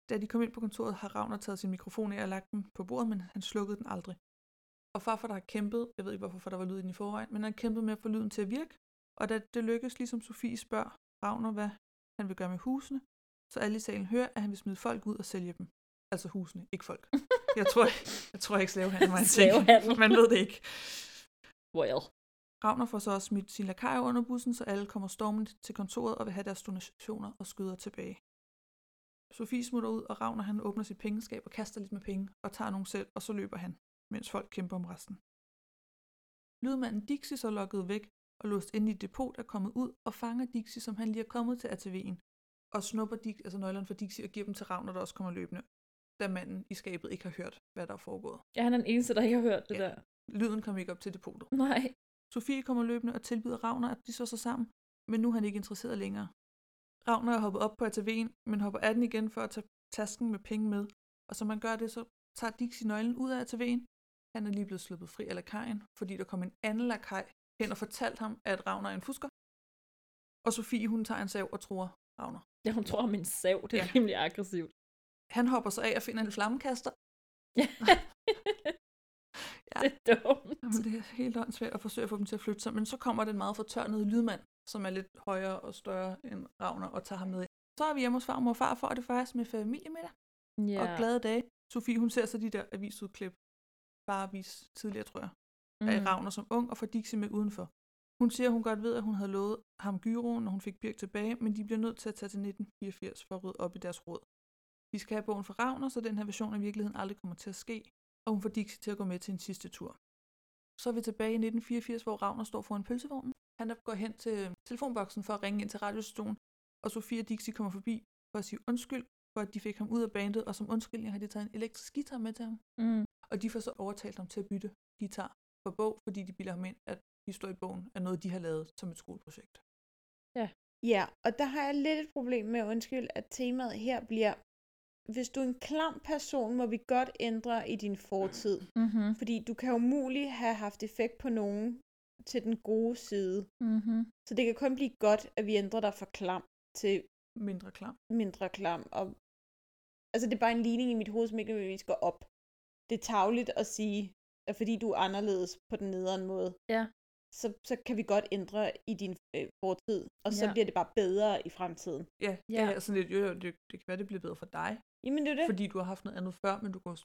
Da de kom ind på kontoret, har Ravner taget sin mikrofon af og lagt den på bordet, men han slukkede den aldrig. Og farfar, der har kæmpet, jeg ved ikke hvorfor for der var lyd i den i forvejen, men han har kæmpet med at få lyden til at virke, og da det lykkes, ligesom Sofie spørger Ravner, hvad han vil gøre med husene, så alle i salen hører, at han vil smide folk ud og sælge dem. Altså husene, ikke folk. Jeg tror, jeg tror ikke slavehandel var en Slavehandel. ting. Man ved det ikke. Well. Ravner får så også smidt sin lakaj under bussen, så alle kommer stormende til kontoret og vil have deres donationer og skyder tilbage. Sofie smutter ud, og Ravner han åbner sit pengeskab og kaster lidt med penge, og tager nogle selv, og så løber han, mens folk kæmper om resten. Lydmanden Dixie så lukket væk og låst inde i et depot er kommet ud og fanger Dixie, som han lige er kommet til ATV'en, og snupper Dix, altså nøglerne fra Dixie og giver dem til Ravner, der også kommer løbende, da manden i skabet ikke har hørt, hvad der er foregået. Ja, han er den eneste, der ikke har hørt det ja. der. Lyden kom ikke op til depotet. Nej. Sofie kommer løbende og tilbyder Ravner, at de slår sig sammen, men nu er han ikke interesseret længere. Ravner er hoppet op på ATV'en, men hopper af den igen for at tage tasken med penge med, og som man gør det, så tager Dixie nøglen ud af ATV'en. Han er lige blevet sluppet fri af lakajen, fordi der kom en anden lakaj hen og fortalte ham, at Ravner er en fusker. Og Sofie, hun tager en sav og tror Ravner. Ja, hun tror ham en sav. Det er ja. rimelig aggressivt. Han hopper så af og finder en flammekaster. ja. [laughs] Det er dumt. Jamen, det er helt åndssvagt at forsøge at få dem til at flytte sig. Men så kommer den meget fortørnede lydmand, som er lidt højere og større end Ravner, og tager ham med. Så er vi hjemme hos farmor og far for det første med familiemiddag. Ja. Og glade dage. Sofie, hun ser så de der avisudklip. Bare vis tidligere, tror jeg. Mm. Af Mhm. Ravner som ung og får Dixie med udenfor. Hun siger, hun godt ved, at hun havde lovet ham gyroen, når hun fik Birk tilbage, men de bliver nødt til at tage til 1984 for at rydde op i deres råd. Vi skal have bogen for Ravner, så den her version af virkeligheden aldrig kommer til at ske, og hun får Dixie til at gå med til en sidste tur. Så er vi tilbage i 1984, hvor Ravner står foran pølsevognen. Han går hen til øh, telefonboksen for at ringe ind til radiostolen, og Sofia og Dixie kommer forbi for at sige undskyld, for at de fik ham ud af bandet, og som undskyldning har de taget en elektrisk guitar med til ham. Mm. Og de får så overtalt ham til at bytte guitar for bog, fordi de bilder ham ind, at historiebogen er noget, de har lavet som et skoleprojekt. Ja, og der har jeg lidt et problem med, undskyld, at temaet her bliver, hvis du er en klam person, må vi godt ændre i din fortid. Mm-hmm. Fordi du kan umuligt have haft effekt på nogen til den gode side. Mm-hmm. Så det kan kun blive godt, at vi ændrer dig fra klam til Mindre klam. mindre klam. Og... Altså det er bare en ligning i mit hoved, som ikke nødvendigvis går op. Det er tavligt at sige, at fordi du er anderledes på den nederen måde, Ja. så, så kan vi godt ændre i din øh, fortid, og så Ja. bliver det bare bedre i fremtiden. Ja, ja. ja sådan lidt, jo, jo, det, det kan være, det bliver bedre for dig. Jamen, det er det. Fordi du har haft noget andet før, men du går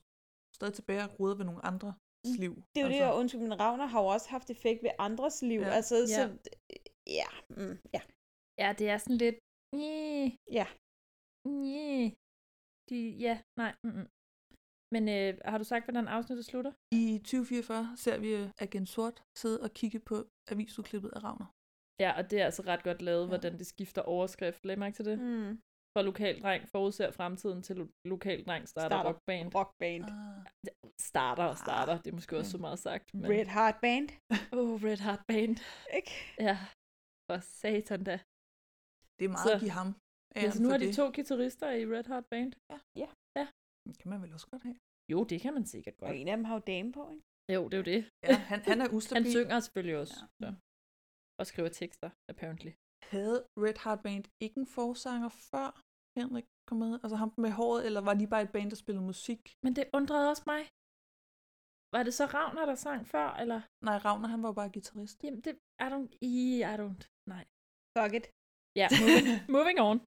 stadig tilbage og roder ved nogle Mm. andres liv. Det er jo altså. det, og undskyld, men Ravner har jo også haft effekt ved andres liv. Ja. Altså, Ja. så, ja, mm, ja. Ja, det er sådan lidt... Nye. Ja. Nye. De, ja, nej. Mm-mm. Men øh, har du sagt, hvordan afsnittet slutter? I 2044 ser vi øh, Agent Sort sidde og kigge på avisudklippet af Ravner. Ja, og det er altså ret godt lavet, ja. hvordan det skifter overskrift. Læg mærke til det. Mm. Fra lokaldreng forudser fremtiden til lo- lokaldreng starter, Starter starter. rockband. Rockband. Ah, Starter og starter, det er måske også så meget sagt. Men... Red Heart Band. Oh, Ah. Red Heart Band. Ikke? Ja, for satan da. Det er meget så. at give ham. Ja, æren så nu for har de det. to guitarister i Red Heart Band. Ja. ja. ja. Den kan man vel også godt have. Jo, det kan man sikkert godt. Og en af dem har jo dame på, ikke? Jo, det er jo det. Ja, han, han er [laughs] Han ustabil. synger selvfølgelig også. Ja. Så. Og skriver tekster, apparently. Havde Red Heart Band ikke en forsanger før Henrik kom med? Altså ham med håret, eller var de bare et band, der spillede musik? Men det undrede også mig. Var det så Ravner, der sang før, eller? Nej, Ravner han var jo bare [laughs] guitarist. Jamen, det, I don't, I, I don't, nej. Fuck it. Ja, moving, moving on.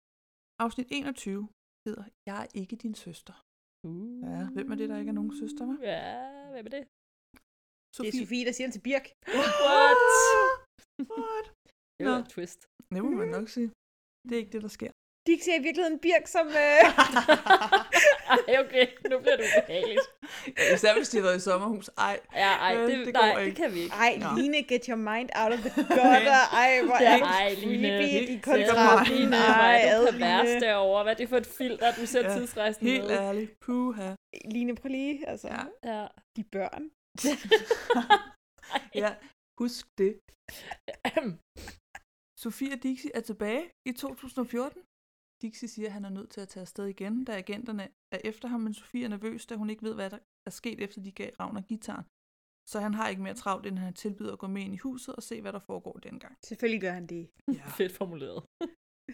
Afsnit 21 hedder Jeg er ikke din søster. Uh. Ja, hvem er det, der ikke er nogen søster, hva'? Ja, hvem er det? Sofie. Det er Sofie, der siger den til Birk. What? Ah! What? Det var et twist. Det må man nok sige. Det er ikke det, der sker. De ser i virkeligheden Birk som... [laughs] Øh... Ej, okay. Nu bliver du ubehagelig. [laughs] Ja, især hvis de har været i sommerhus. Ej, ja, ej, øh, det- går nej, det kan vi ikke. Ej, Nå. Line, get your mind out [laughs] of the gutter. Ej, hvor er det Ej, Line. creepy, de Sæt dig på Line, kontrakter. hvor er ad, du pervers Line. derovre. Hvad er det for et filter, du ser ja, tidsrejsen helt med? ærligt. [laughs] Puha. Line, prøv lige, altså. Ja. Ja. [clears throat] De børn. Ja, husk det. Sofia Dixie er tilbage i 2014. Dixie siger, at han er nødt til at tage afsted igen, da agenterne er efter ham, men Sofia er nervøs, da hun ikke ved, hvad der er sket, efter de gav Ravner gitaren. Så han har ikke mere travlt, end han tilbyder at gå med ind i huset og se, hvad der foregår dengang. Selvfølgelig gør han det. Fedt formuleret.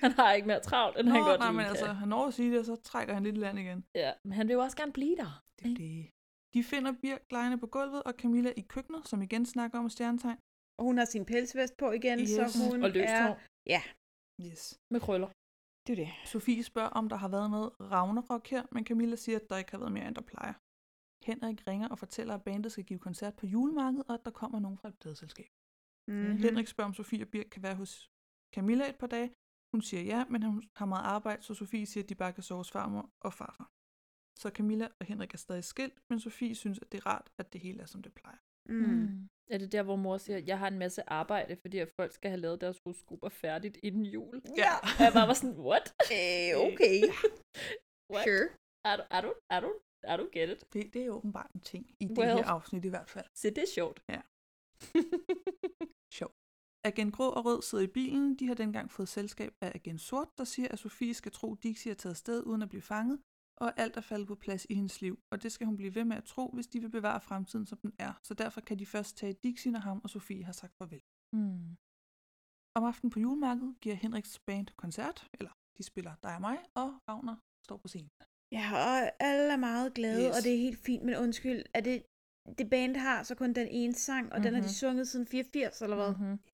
Han har ikke mere travlt, end Nå, han godt nej, lige men kan. altså, han når at sige det, og så trækker han lidt i land igen. Ja, men han vil jo også gerne blive der. Det er det. De finder Birk lejende på gulvet og Camilla i køkkenet, som igen snakker om stjernetegn. Og hun har sin pelsvest på igen, yes. så Yes. hun Og løst er... hår. Ja, Yes. Med krøller. det er det. Sofie spørger, om der har været noget Ragnarok her, men Camilla siger, at der ikke har været mere, end der plejer. Henrik ringer og fortæller, at bandet skal give koncert på julemarkedet, og at der kommer nogen fra et pladeselskab. Mm-hmm. Mm-hmm. Henrik spørger, om Sofie og Birk kan være hos Camilla et par dage. Hun siger ja, men hun har meget arbejde, så Sofie siger, at de bare kan sove hos farmor og farfar. Så Camilla og Henrik er stadig skilt, men Sofie synes, at det er rart, at det hele er, som det plejer. Mm. Er det der, hvor mor siger, at jeg har en masse arbejde, fordi at folk skal have lavet deres horoskoper færdigt inden jul? Ja. Og jeg bare var sådan, what? Øh, okay. [laughs] What? Sure. I don't, I don't, I don't, I don't get it. [laughs] Det, det er åbenbart en ting i well. Well. det her afsnit i hvert fald. Så det er sjovt. [laughs] Sjov. Agent Grå og Rød sidder i bilen. De har dengang fået selskab af Agent Sort, der siger, at Sofie skal tro, at Dixie er taget sted uden at blive fanget, og at alt er faldet på plads i hendes liv. Og det skal hun blive ved med at tro, hvis de vil bevare fremtiden, som den er. Så derfor kan de først tage Dixie, når ham og Sofie har sagt farvel. Mm. Om aftenen på julemarkedet giver Henriks band koncert, eller de spiller dig og mig, og Ragnar står på scenen. Ja, og alle er meget glade, yes. Yes. og det er helt fint, men undskyld, er det... Det band har så kun den ene sang, og mm-hmm. den har de Mhm. sunget siden 84, eller hvad? Mm-hmm. Det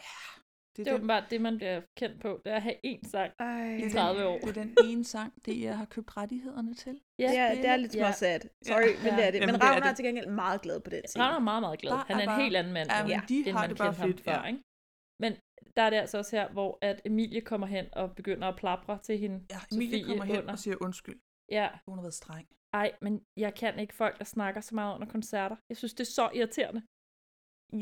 Det er er, den, åbenbart det, man bliver kendt på, det er at have én sang Ej. i 30 år. det er den ene sang, det jeg har købt rettighederne til. Ja, Det er, det er lidt ja. småsat. Sorry, Ja. men det er det. Jamen, Men det er Ravner det. er til gengæld meget glad på den ting. Ravn er meget, meget glad. Der Han er, er en bare- helt anden mand, Ja, end, men de end har man det bare kendte ham fedt, før. ja. Ikke? Men der er det altså også her, hvor at Emilie kommer hen og begynder at plapre til hende. Ja, Emilie Sofie kommer hen under. og siger undskyld. Ja, Hun har været streng. ej, men jeg kan ikke folk, der snakker så meget under koncerter. Jeg synes, det er så irriterende.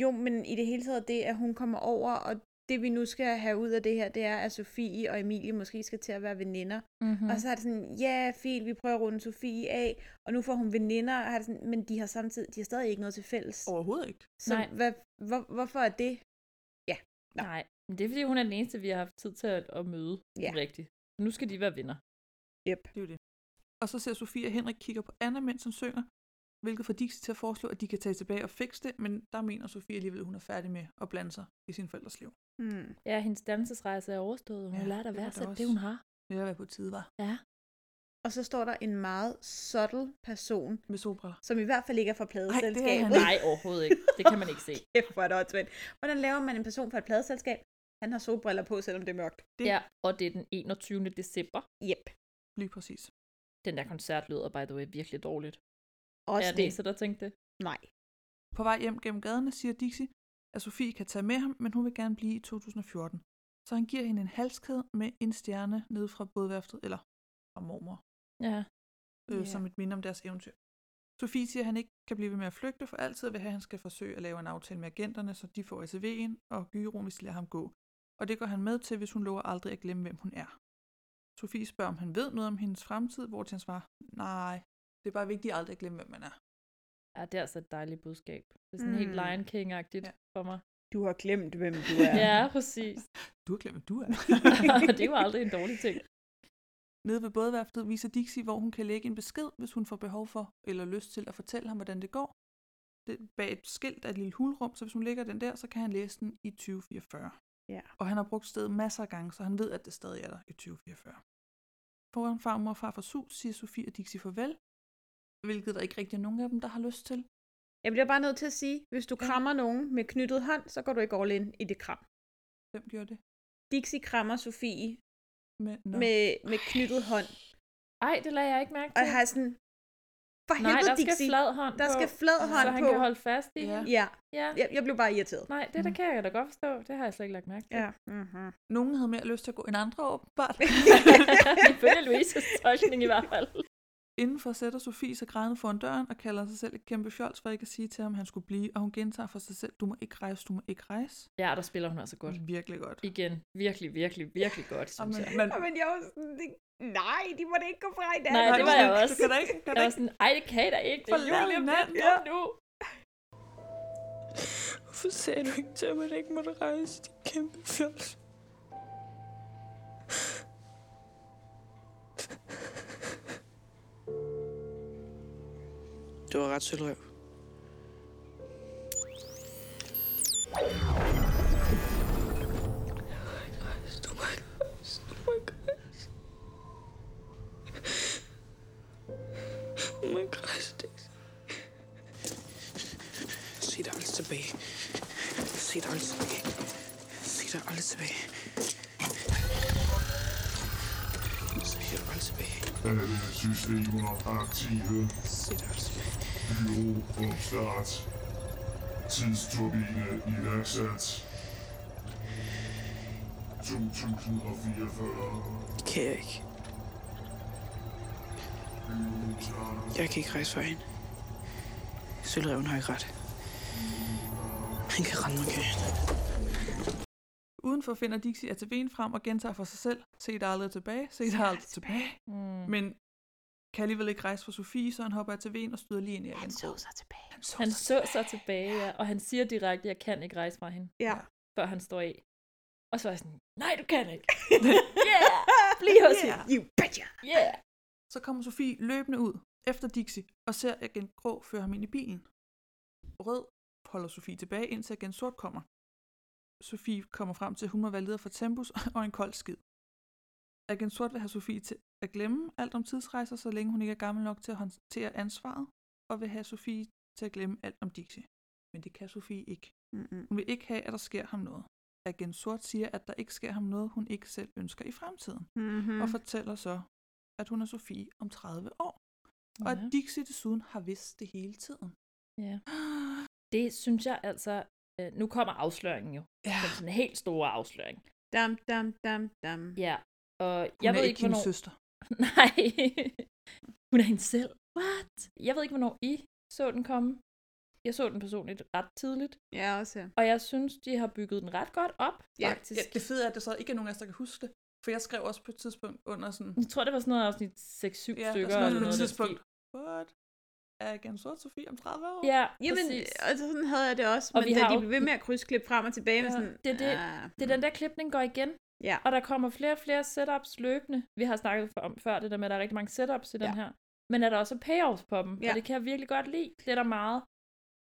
Jo, men i det hele taget det, at hun kommer over, og det vi nu skal have ud af det her, det er, at Sofie og Emilie måske skal til at være veninder. Mm. Mm-hmm. Og så er det sådan, ja, fint, vi prøver at runde Sofie af, og nu får hun veninder, og har det sådan, men de har samtidig, de har stadig ikke noget til fælles. Oh. Overhovedet ikke. Så Nej. hvad, hvor, hvorfor er det? Nå. Nej, men det er fordi, hun er den eneste, vi har haft tid til at, at møde Ja. rigtigt. Nu skal de være venner. Det er jo det. Og så ser Sofie og Henrik kigger på Anna, mens hun synger, hvilket får Dixie til at foreslå, at de kan tage tilbage og fikse det, men der mener Sofie alligevel, at hun er færdig med at blande sig i sin forældres liv. Mm. Ja, hendes dansesrejse er overstået, og hun ja, Ja, lader dig det var være der så det, også. hun har. Det er, hvad på tide var. Ja. Og så står der en meget subtle person, Med solbriller. som i hvert fald ikke er fra pladeselskabet. han. [laughs] Nej, overhovedet ikke. Det kan man ikke se. Kæft, hvor er det åndssvagt. Hvordan laver man en person fra et pladeselskab? Han har solbriller på, selvom det er mørkt. Det- Ja, og det er den 21. december. Yep. Lige præcis. Den der koncert lyder, by the way, virkelig dårligt. Også er det. det. Så der tænkte det. Nej. På vej hjem gennem gaderne siger Dixie, at Sofie kan tage med ham, men hun vil gerne blive i 2014. Så han giver hende en halskæde med en stjerne nede fra bådværftet, eller fra mormor, Ja. øh, Ja. yeah. som et minde om deres eventyr. Sofie siger, at han ikke kan blive ved med at flygte for altid, og vil have, at han skal forsøge at lave en aftale med agenterne, så de får SV'en, og Gyro hvis de lader ham gå. Og det går han med til, hvis hun lover aldrig at glemme, hvem hun er. Sofie spørger, om han ved noget om hendes fremtid, hvor han svarer, nej, det er bare vigtigt aldrig at glemme, hvem man er. ja, det er altså et dejligt budskab. Det er sådan mm. helt Mm. Lion King-agtigt Ja. ja. for mig. Du har glemt, hvem du Ja, er. [laughs] [laughs] ja præcis. Du har glemt, hvem du [laughs] er. det er jo aldrig en dårlig ting. Nede ved bådværftet viser Dixie, hvor hun kan lægge en besked, hvis hun får behov for eller lyst til at fortælle ham, hvordan det går. Det er bag et skilt af et lille hulrum, så hvis hun lægger den der, så kan han læse den i 2044. Ja. Og han har brugt stedet masser af gange, så han ved, at det stadig er der i 2044. Foran far, mor og far fra sus siger Sofie og Dixie farvel, hvilket der ikke rigtig er nogen af dem, der har lyst til. Jeg bliver bare nødt til at sige, hvis du krammer nogen med knyttet hånd, så går du ikke all in i det kram. Hvem gjorde det? Dixie krammer Sofie Med, no. med, med knyttet hånd. Ej, det lader jeg ikke mærke Og til. jeg har sådan, For Nej, helvede, der skal Dixie. flad hånd Der på, skal flad hånd så han på. kan holde fast i Ja. hende. ja. ja. Jeg, jeg blev bare irriteret. Nej, det der kan jeg da godt forstå. Det har jeg slet ikke lagt mærke til. Ja. Mm-hmm. Nogen havde mere lyst til at gå end andre, [laughs] åbenbart. [laughs] Ifølge Louises tolkning i hvert fald. Indenfor sætter Sofie sig grædende foran døren og kalder sig selv et kæmpe fjols for ikke at sige til ham, han skulle blive, og hun gentager for sig selv, du må ikke rejse, du må ikke rejse. Ja, der spiller hun altså godt. Virkelig godt. Igen, virkelig, virkelig, virkelig godt, synes jeg. Mm. Men, men jeg var sådan, det- nej, de må da ikke gå fra hinanden. Nej, det var jeg også. Du kan da ikke- kan da jeg var ikke- sådan, ej, det kan jeg da ikke. Det er Forlad jul lige om lidt. hinanden, Kom nu. Hvorfor sagde du ikke til mig, at jeg ikke måtte rejse? Det er kæmpe fjols. Det var ret sølvrøv. Oh my god, det Se dig aldrig tilbage. Se dig aldrig tilbage. Se dig aldrig tilbage. Se dig aldrig tilbage. Alle systemer aktive. Bureau på start. Tidsturbine iværksat. 2044. Det kan jeg ikke. Jeg kan ikke rejse for hende. Sølvreven har ikke ret. Han kan rende mig Udenfor finder Dixie ATV'en frem og gentager for sig selv, se dig aldrig tilbage, se dig aldrig tilbage. Mm. Men kan alligevel ikke rejse for Sofie, så han hopper af ATV'en og støder lige ind i Han så sig tilbage. Han så Han sig så sig tilbage, ja. Og han siger direkte, jeg kan ikke rejse fra hende. Ja. Før han står af. Og så er jeg sådan, nej, du kan [laughs] ikke. yeah! Bliv hos hende. You betcha! Yeah! Så kommer Sofie løbende ud efter Dixie og ser Agent Grå føre ham ind i bilen. Rød holder Sofie tilbage, indtil Agent Sort kommer. Sofie kommer frem til, at hun må være leder for Tempus [laughs] og en kold skid. Agent Sort vil have Sofie til at glemme alt om tidsrejser, så længe hun ikke er gammel nok til at håndtere ansvaret, og vil have Sofie til at glemme alt om Dixie. Men det kan Sofie ikke. Mm-mm. Hun vil ikke have, at der sker ham noget. Agent Sort siger, at der ikke sker ham noget, hun ikke selv ønsker i fremtiden, Mhm. og fortæller så, at hun er Sofie om 30 år, og at Ja. Dixie desuden har vidst det hele tiden. Ja. Det synes jeg altså... Øh, nu kommer afsløringen jo. Ja. Sådan en helt stor afsløring. Dam, dam, dam, dam. Ja. Og jeg er ved ikke ikke, din hvornår... søster. [laughs] Nej. Hun er hende selv. What? Jeg ved ikke, hvornår I så den komme. Jeg så den personligt ret tidligt. Ja, også. Ja. Og jeg synes, de har bygget den ret godt op, Ja, faktisk. ja, det fede er, at der så ikke er nogen af os, der kan huske det, for jeg skrev også på et tidspunkt under sådan... [laughs] altså, Jeg tror, det var sådan noget afsnit 6-7 ja, stykker. sådan eller noget, på noget et af den tidspunkt. What? Er Agent Sort Sofie om 30 år? Ja, Jamen, præcis. altså, sådan havde jeg det også, Og men vi da har de jo- blev ved med at krydsklip frem og tilbage, ja. Ja, sådan, det, er det, ah, det er den der klip, den går igen. Ja. Og der kommer flere og flere setups løbende. Vi har snakket for- om før det der med, at der er rigtig mange setups i den her. Men er der også payoffs på dem? Ja. Og det kan jeg virkelig godt lide. Det er der meget.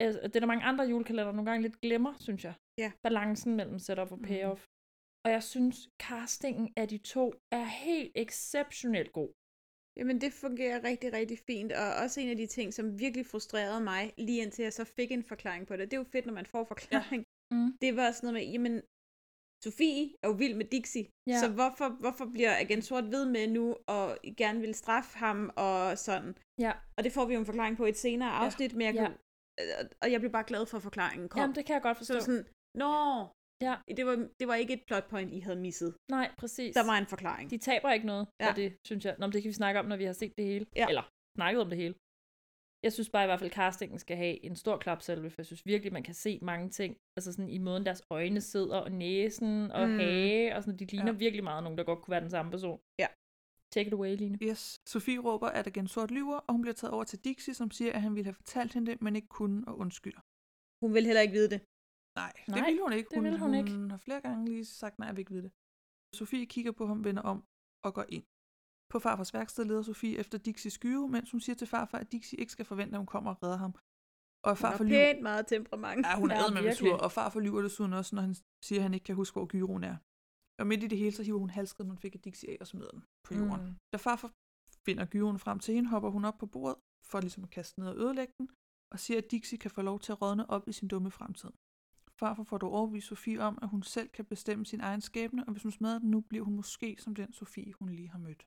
altså, Det er der mange andre julekalender nogle gange lidt glemmer, synes jeg. Ja. Mhm. Balancen mellem setup og payoff. Mm. Og jeg synes, castingen af de to er helt exceptionelt god. Jamen, det fungerer rigtig, rigtig fint, og også en af de ting, som virkelig frustrerede mig, lige indtil jeg så fik en forklaring på det. Det er jo fedt, når man får forklaring. Ja. Mm. Det var sådan noget med, jamen, Sofie er jo vild med Dixie, Ja. så hvorfor, hvorfor bliver Agent Sort ved med nu, og gerne vil straffe ham, og sådan. Ja. Og det får vi jo en forklaring på i et senere afsnit, men jeg Ja. kan, øh, og jeg blev bare glad for, at forklaringen kom. Jamen, det kan jeg godt forstå. Så sådan, nå, ja. det, var, det var ikke et plot point, I havde misset. Nej, præcis. Der var en forklaring. De taber ikke noget ja. Ja. af det, synes jeg. Nå, men det kan vi snakke om, når vi har set det hele. Ja. Eller snakket om det hele. Jeg synes bare i hvert fald, at castingen skal have en stor klapsalve, for jeg synes virkelig, man kan se mange ting. Altså sådan i måden, deres øjne sidder, og næsen, og Mm. mm. hage, og sådan, de ligner Ja. ja. virkelig meget nogen, der godt kunne være den samme person. Ja. Take it away, Line. Yes. Sofie råber, at Agent Sort lyver, og hun bliver taget over til Dixie, som siger, at han ville have fortalt hende det, men ikke kunne og undskylder. Hun vil heller ikke vide det. Nej, Nej det Nej, ville hun ikke. det ville hun ikke. Hun har flere gange lige sagt, nej, jeg vil ikke vide det. Sofie kigger på ham, vender om og går ind. På farfars værksted leder Sofie efter Dixies skyve, mens hun siger til farfar, at Dixie ikke skal forvente, at hun kommer og redder ham. Og Hun farfar har lyver, pænt meget temperament. Ja, hun er med sur, og farfar lyver desuden også, når han siger, at han ikke kan huske, hvor gyroen er. Og midt i det hele, så hiver hun halskeden, hun fik et Dixie af og smider den på jorden. Mm. Mm. Da farfar finder gyroen frem til hende, hopper hun op på bordet, for ligesom at kaste den ned og ødelægge den, og siger, at Dixie kan få lov til at rådne op i sin dumme fremtid. Farfar får dog overbevist Sofie om, at hun selv kan bestemme sin egen skæbne, og hvis hun smadrer den nu, bliver hun måske som den Sofie, hun lige har mødt.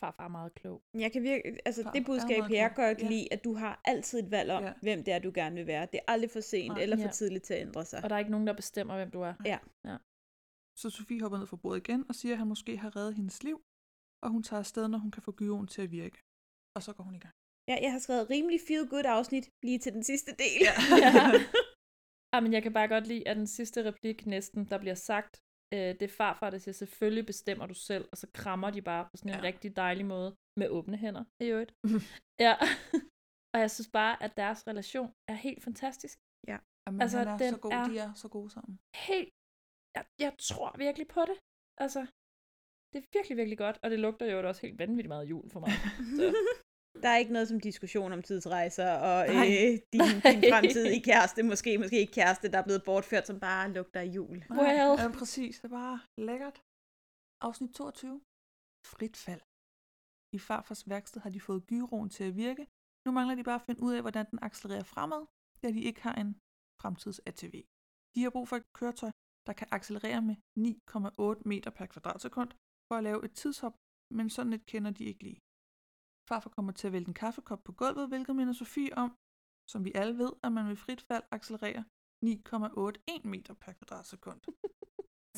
farfar er meget klog. Jeg kan virke, altså Far det er budskab meget kan jeg klog, godt ja. lide, at du har altid et valg om, Ja. hvem det er, du gerne vil være. Det er aldrig for sent Nej, eller for ja. tidligt til at ændre sig. Og der er ikke nogen, der bestemmer, hvem du er. Ja. ja. Så Sofie hopper ned fra bordet igen og siger, at han måske har reddet hendes liv, og hun tager afsted, når hun kan få gyroen til at virke. Og så går hun i gang. Ja, jeg har skrevet rimelig feel good afsnit lige til den sidste del. Ja. Ah, men jeg kan bare godt lide, at den sidste replik næsten, der bliver sagt, øh, det er farfar, der siger, selvfølgelig bestemmer du selv, og så krammer de bare på sådan en ja. rigtig dejlig måde, med åbne hænder, i [laughs] øvrigt. ja. og jeg synes bare, at deres relation er helt fantastisk. Ja. Jamen, Altså, altså, han er den så god, er- de er så gode sammen. Helt, jeg, jeg tror virkelig på det. Altså, det er virkelig, virkelig godt, og det lugter jo også helt vanvittigt meget af jul [laughs] for mig. Så. Der er ikke noget som diskussion om tidsrejser og øh, Nej. din, din [laughs] Nej. fremtidige kæreste, måske måske ikke kæreste, der er blevet bortført, som bare lugter af jul. Well. Ja, præcis. Det var lækkert. Afsnit 22. Frit fald. I farfars værksted har de fået gyroen til at virke. Nu mangler de bare at finde ud af, hvordan den accelererer fremad, da de ikke har en fremtids-ATV. De har brug for et køretøj, der kan accelerere med 9,8 meter per kvadratsekund for at lave et tidshop, men sådan et kender de ikke lige. Farfar kommer til at vælte en kaffekop på gulvet, hvilket minder Sofie om, som vi alle ved, at man ved frit fald accelererer 9,81 meter per kvadratsekund.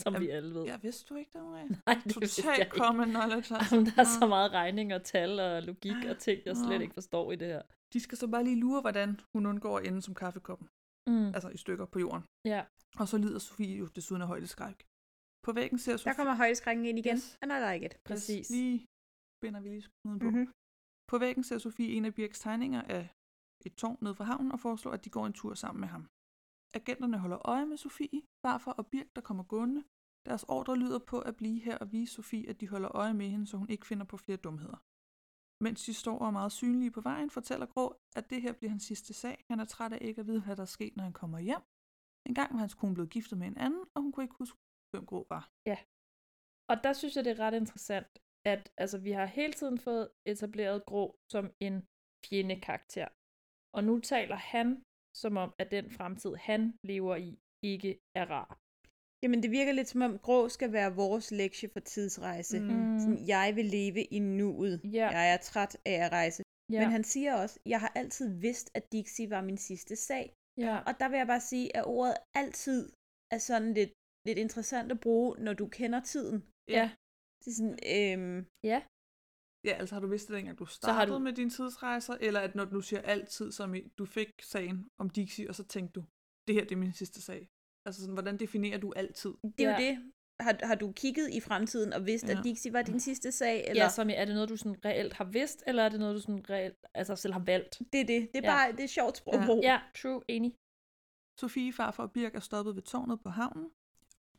Som vi alle ved. Ja, vidste du ikke det, Maria? Nej, [laughs] det vidste jeg Total ikke. common knowledge. Altså. Jamen, der er Nå. så meget regning og tal og logik og ting, jeg slet Nå. ikke forstår i det her. De skal så bare lige lure, hvordan hun undgår at ende som kaffekoppen. Mm. Altså i stykker på jorden. Ja. Og så lider Sofie jo desuden af højdeskræk. På væggen ser Sofie... Der kommer højdeskrækken ind igen, and I like it. Præcis. Lige binder vi lige snuden på. Mhm. Mm-hmm. På væggen ser Sofie en af Birks tegninger af et tårn ned fra havnen og foreslår, at de går en tur sammen med ham. Agenterne holder øje med Sofie, Farfar og Birk, der kommer gående. Deres ordre lyder på at blive her og vise Sofie, at de holder øje med hende, så hun ikke finder på flere dumheder. Mens de står og er meget synlige på vejen, fortæller Grå, at det her bliver hans sidste sag. Han er træt af ikke at vide, hvad der er sket, når han kommer hjem. En gang var hans kone blevet giftet med en anden, og hun kunne ikke huske, hvem Grå var. Ja. Og der synes jeg, det er ret interessant, at altså, vi har hele tiden fået etableret Grå som en fjendekarakter. Og nu taler han som om, at den fremtid, han lever i, ikke er rar. Jamen, det virker lidt som om grå skal være vores lektie for tidsrejse. Mm. Mm. Sådan, jeg vil leve i nuet. Ja. Jeg er træt af at rejse. Ja. Men han siger også, jeg har altid vidst, at Dixie var min sidste sag. Ja. Og der vil jeg bare sige, at ordet altid er sådan lidt, lidt interessant at bruge, når du kender tiden. Ja. Det er sådan, øhm, ja. Ja, altså har du vidst det, dengang du har startede du- du... med dine tidsrejser, eller at når du siger altid, som i, du fik sagen om Dixie, og så tænkte du, det her det er min sidste sag. Altså sådan, hvordan definerer du altid? Det er ja. jo det. Har, har du kigget i fremtiden og vidst, ja. Mm. at Ja. Dixie var din sidste sag? Eller? Eller... Ja, som i, er det noget, du sådan reelt har vidst, eller er det noget, du sådan reelt altså, selv har valgt? Det er det. Det er Ja. bare det er sjovt sprog. Ja. Ja, true, enig. Sofie, farfar og Birk er stoppet ved tårnet på havnen.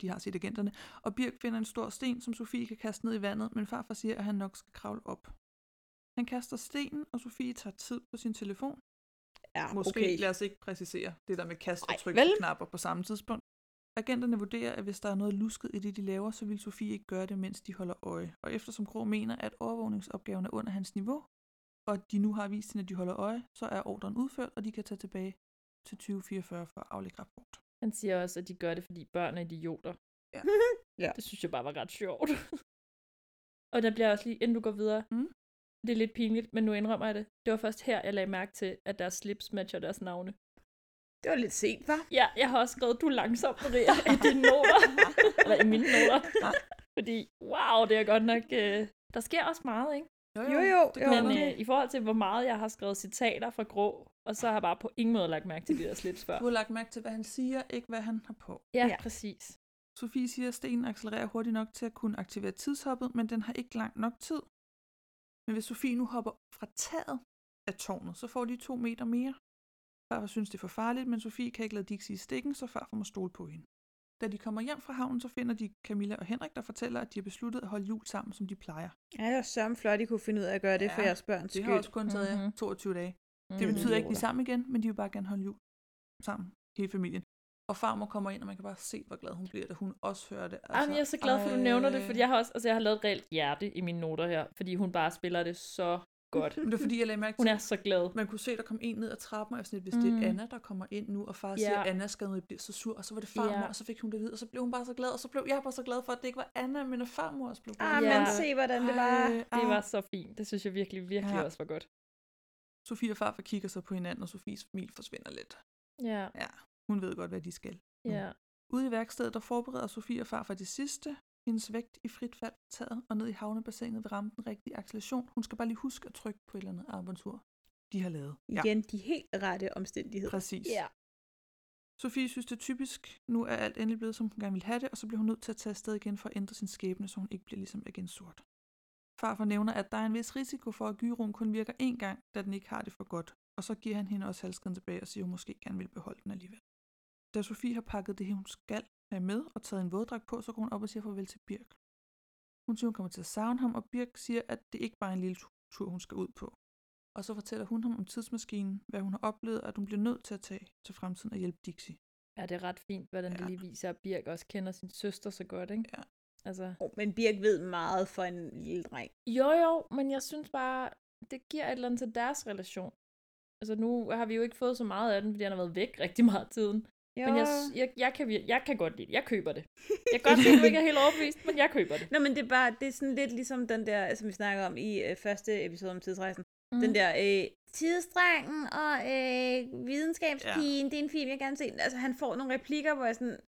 De har set agenterne. Og Birk finder en stor sten, som Sofie kan kaste ned i vandet, men farfar siger, at han nok skal kravle op. Han kaster stenen, og Sofie tager tid på sin telefon. Ja, Måske Ah, okay. lad os ikke præcisere det der med kast og Ej, tryk vel? på knapper på samme tidspunkt. Agenterne vurderer, at hvis der er noget lusket i det, de laver, så vil Sofie ikke gøre det, mens de holder øje. Og eftersom Grå mener, at overvågningsopgaven er under hans niveau, og de nu har vist hende, at de holder øje, så er ordren udført, og de kan tage tilbage til 2044 for at aflægge rapport. Han siger også, at de gør det, fordi børn er idioter. [laughs] Ja. ja. Det synes jeg bare var ret sjovt. [laughs] og der bliver også lige, inden du går videre, mm. det er lidt pinligt, men nu indrømmer jeg det. Det var først her, jeg lagde mærke til, at deres slips matcher deres navne. Det var lidt sent, var. Ja, jeg har også skrevet, du er langsom, Maria, [laughs] i dine noter. Eller i mine noter. Fordi, wow, det er godt nok... Øh, der sker også meget, ikke? Jo, jo, det jo. Men gør øh, det. i forhold til, hvor meget jeg har skrevet citater fra Grå, og så har jeg bare på ingen måde lagt mærke til de der slips før. Du har lagt mærke til, hvad han siger, ikke hvad han har på. Ja, ja. præcis. Sofie siger, at stenen accelererer hurtigt nok til at kunne aktivere tidshoppet, men den har ikke lang nok tid. Men hvis Sofie nu hopper fra taget af tårnet, så får de to meter mere. Farfar synes, det er for farligt, men Sofie kan ikke lade Dixie i stikken, så farfar må stole på hende. Da de kommer hjem fra havnen, så finder de Camilla og Henrik, der fortæller, at de har besluttet at holde jul sammen, som de plejer. Ja, det var sørme flot, I kunne finde ud af at gøre det ja, for jeres børns Det skyld. har også kun taget Mm-hmm. jer 22 dage. Det Mhm. betyder ikke, at de er sammen igen, men de vil bare gerne holde jul sammen, hele familien. Og farmor kommer ind, og man kan bare se, hvor glad hun bliver, da hun også hører det. Altså, Jamen, jeg er så glad for, at du ej. nævner det, fordi jeg har også altså, jeg har lavet et reelt hjerte i mine noter her, fordi hun bare spiller det så godt. Men det var fordi, jeg lagde mærke til, Hun er så glad. man kunne se, der kom en ned ad trappen, og jeg var sådan lidt, hvis mm. det Mm. er Anna, der kommer ind nu, og far siger, Ja. at Anna skal ned, bliver så sur, og så var det farmor, Ja. og så fik hun det videre, og så blev hun bare så glad, og så blev jeg bare så glad for, at det ikke var Anna, men at farmor også blev glad. Ah, men se, hvordan det var. Det var så fint. Det synes jeg virkelig, virkelig Ja. også var godt. Sofie og farfar kigger så på hinanden, og Sofies smil forsvinder lidt. Ja. Ja, hun ved godt, hvad de skal. Ja. Ude i værkstedet, der forbereder Sofie og far for det sidste. Hendes vægt i frit fald på taget og ned i havnebassinet vil ramme den rigtige acceleration. Hun skal bare lige huske at trykke på et eller andet armbåndsur, de har lavet. Igen, de helt rette omstændigheder. Præcis. Sofie synes, det er typisk. Nu er alt endelig blevet, som hun gerne ville have det, og så bliver hun nødt til at tage afsted igen for at ændre sin skæbne, så hun ikke bliver ligesom igen sort. Farfar nævner, at der er en vis risiko for, at gyroen kun virker én gang, da den ikke har det for godt, og så giver han hende også halskeden tilbage og siger, at hun måske gerne vil beholde den alligevel. Da Sofie har pakket det, hun skal have med og taget en våddragt på, så går hun op og siger farvel til Birk. Hun siger, hun kommer til at savne ham, og Birk siger, at det ikke bare er en lille tur, hun skal ud på. Og så fortæller hun ham om tidsmaskinen, hvad hun har oplevet, og at hun bliver nødt til at tage til fremtiden og hjælpe Dixie. Ja, det er ret fint, hvordan ja. det lige viser, at Birk også kender sin søster så godt, ikke? Ja. Altså, Oh, men Birk ved meget for en lille dreng. jo jo, men jeg synes bare, det giver et eller andet til deres relation. Altså, nu har vi jo ikke fået så meget af den, fordi han har været væk rigtig meget af tiden. Jo. Men jeg, jeg, jeg, kan, vir- jeg kan godt lide det. Jeg køber det. Jeg kan godt lide, at du ikke er helt overbevist, men jeg køber det. Nå, men det er bare, det er sådan lidt ligesom den der, som vi snakker om i øh, første episode om tidsrejsen. Mm. Den der, øh, tidsdrengen og øh, videnskabspigen, ja. det er en film, jeg gerne vil se. Altså, han får nogle replikker, hvor jeg sådan,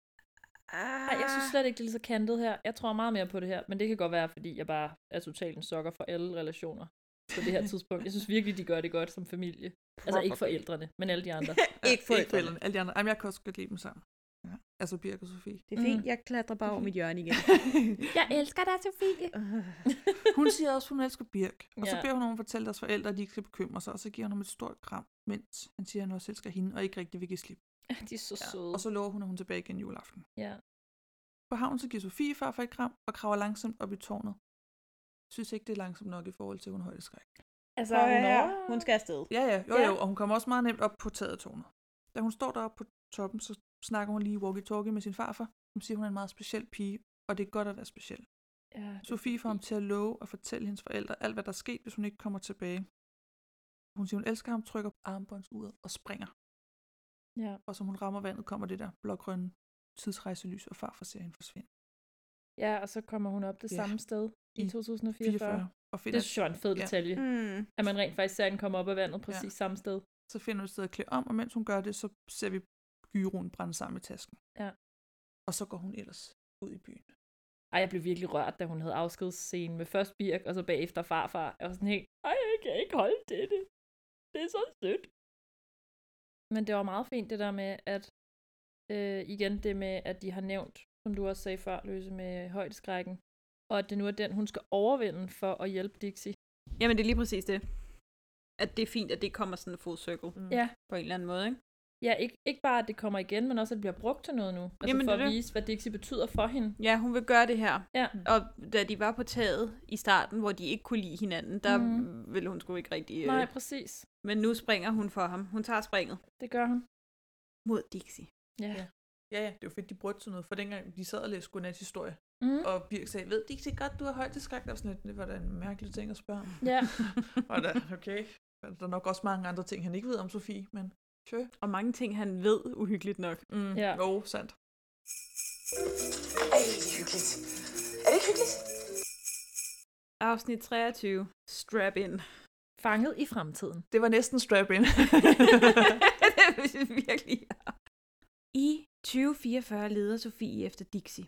Ej, jeg synes slet ikke, det er lige så kantet her. Jeg tror meget mere på det her, men det kan godt være, fordi jeg bare er totalt en sokker for alle relationer på det [laughs] her tidspunkt. Jeg synes virkelig, de gør det godt som familie. Altså ikke forældrene, men alle de andre. "Ah, ikke forældrene. Alle de andre. Jamen, jeg kan også godt lide dem sammen. Ja. Altså Birk og Sofie. det er fint, mm. jeg klatrer bare over mit hjørne igen. [laughs] Jeg elsker dig, Sofie. [laughs] Hun siger også, hun elsker Birk. Og så Ja. beder hun om at fortælle deres forældre, at de ikke skal bekymre sig, og så giver hun ham et stort kram, mens han siger, at han også elsker hende, og ikke rigtig vil give slip. [laughs] De er så søde. Og så lover hun, at hun er tilbage igen juleaften. Ja. På havnen så giver Sofie farfar et kram, og kravler langsomt op i tårnet. Synes ikke, det er langsomt nok i forhold til, at hun har højdeskræk. Altså, Prøv at høre nå. her. hun skal afsted. Ja, ja, jo, Ja. ja. jo, og hun kommer også meget nemt op på taget af tårnet. Da hun står deroppe på toppen, så snakker hun lige walkie-talkie med sin farfar, som siger, hun er en meget speciel pige, og det er godt at være speciel. Ja, det- Sofie får ham til at love og fortælle hendes forældre alt, hvad der er sket, hvis hun ikke kommer tilbage. Hun siger, hun elsker ham, trykker armbåndsuret og springer. Ja. Og som hun rammer vandet, kommer det der blågrønne tidsrejselys, og farfar ser hende forsvinde. ja, og så kommer hun op det Ja. samme sted i 2044. 44. Og finder- Det synes jeg er en fed Ja. detalje. Mm. At man rent faktisk ser den komme op af vandet præcis Ja. samme sted. Så finder hun et sted at klæde om, og mens hun gør det, så ser vi gyroen brænde sammen i tasken. Ja. Og så går hun ellers ud i byen. Ej, jeg blev virkelig rørt, da hun havde afskedsscenen med først Birk, og så bagefter farfar. Jeg var sådan helt, ej, jeg kan ikke holde til det. Det er så sødt. Men det var meget fint det der med, at øh, igen det med, at de har nævnt, som du også sagde før, Løse, med højdeskrækken, og at det nu er den, hun skal overvinde for at hjælpe Dixie. Jamen, det er lige præcis det. At det er fint, at det kommer sådan en full circle. Mm. Ja. På en eller anden måde, ikke? Ja, ikke, ikke bare, at det kommer igen, men også, at det bliver brugt til noget nu. Altså Jamen, Jamen, for det er at det. vise, hvad Dixie betyder for hende. Ja, hun vil gøre det her. Ja. Og da de var på taget i starten, hvor de ikke kunne lide hinanden, der mm. Mhm. ville hun sgu ikke rigtig... øh, Nej, præcis. Men nu springer hun for ham. Hun tager springet. Det gør hun. Mod Dixie. Ja. Ja. Ja, ja, det var fedt, de brugte sådan noget, for dengang de sad og læste godnat-historie, Mm. og Birk sagde, ved de ikke så godt, du har højdeskræk? Der var sådan lidt, det var da en mærkelig ting at spørge om. Ja. og [laughs] da, okay, der er nok også mange andre ting, han ikke ved om Sofie, men sure. Og mange ting, han ved uhyggeligt nok. Mm. Ja. Jo, sandt. Ej, hyggeligt. Er det ikke hyggeligt? Afsnit 23. Strap in. [laughs] Fanget i fremtiden. Det var næsten [laughs] strap-in. det er virkelig ja. I 2044 leder Sofie efter Dixie.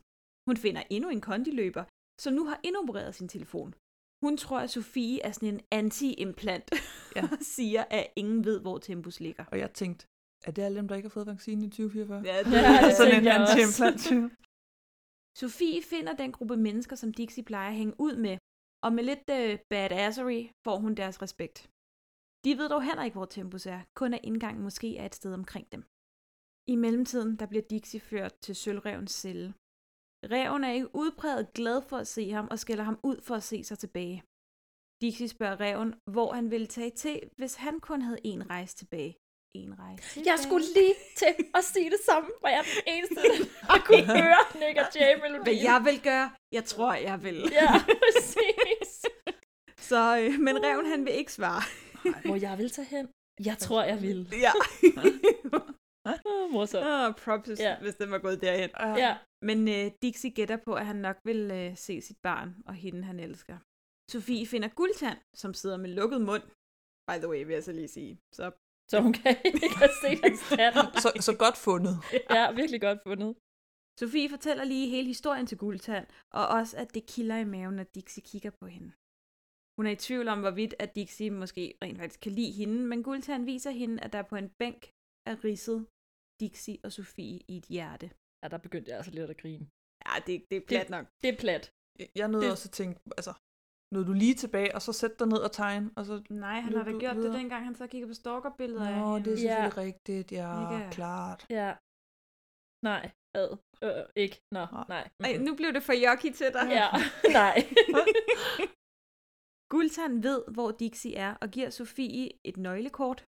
Hun finder endnu en kondiløber, som nu har indopereret sin telefon. Hun tror, at Sofie er sådan en anti-implant, ja. og siger, at ingen ved, hvor Tempus ligger. Og jeg tænkte, er det alle dem, der ikke har fået vaccinen i 2044? Ja, det- det sådan en tænkte jeg også. antimplantype. Sofie finder den gruppe mennesker, som Dixie plejer at hænge ud med, og med lidt øh, badassery får hun deres respekt. De ved dog heller ikke, hvor Tempus er, kun at indgangen måske er et sted omkring dem. I mellemtiden der bliver Dixie ført til Sølvrevens celle. Reven er ikke udpræget glad for at se ham og skælder ham ud for at se sig tilbage. Dixie spørger Reven, hvor han ville tage til, hvis han kun havde en rejse tilbage. En rejse tilbage. Jeg skulle lige til at sige det samme, og jeg er den eneste, der kunne høre Nick og Jay melodien. Hvad jeg vil gøre, jeg tror, jeg vil. Ja, præcis. Så Så, øh, men reven han vil ikke svare. Hvor jeg vil tage hen? Jeg tror, jeg vil. Ja. [laughs] Åh, morsomt. Oh, props, hvis, Ja. ja. hvis den var gået derhen. Uh. Ja. Men øh, Dixie gætter på, at han nok vil øh, se sit barn og hende, han elsker. Sofie finder guldtand, som sidder med lukket mund. By the way, vil jeg så lige sige. Så, Så hun kan [laughs] ikke have set hans [laughs] datter. Så, så godt fundet. Ja, virkelig godt fundet. Sofie fortæller lige hele historien til guldtand, og også, at det kilder i maven, når Dixie kigger på hende. Hun er i tvivl om, hvorvidt at Dixie måske rent faktisk kan lide hende, men guldtand viser hende, at der på en bænk er ridset Dixie og Sofie i et hjerte. Ja, der begyndte jeg altså lidt at grine. Ja, det, det er plat nok. Det er plat. Jeg nåede Det- det... også at tænke, altså, nåede du lige tilbage, og så sæt dig ned og tegne, og så... Nej, han løb har da du gjort det, videre. dengang han så kigger på stalkerbilleder af Nå, hende. det er selvfølgelig Ja. rigtigt, ja, Ikke? klart. Ja. Nej. Ad. Øh, ikke. Nå, nej. Ej, nu blev det for jockey til dig. Ja, [laughs] nej. [laughs] Gultan ved, hvor Dixie er, og giver Sofie et nøglekort,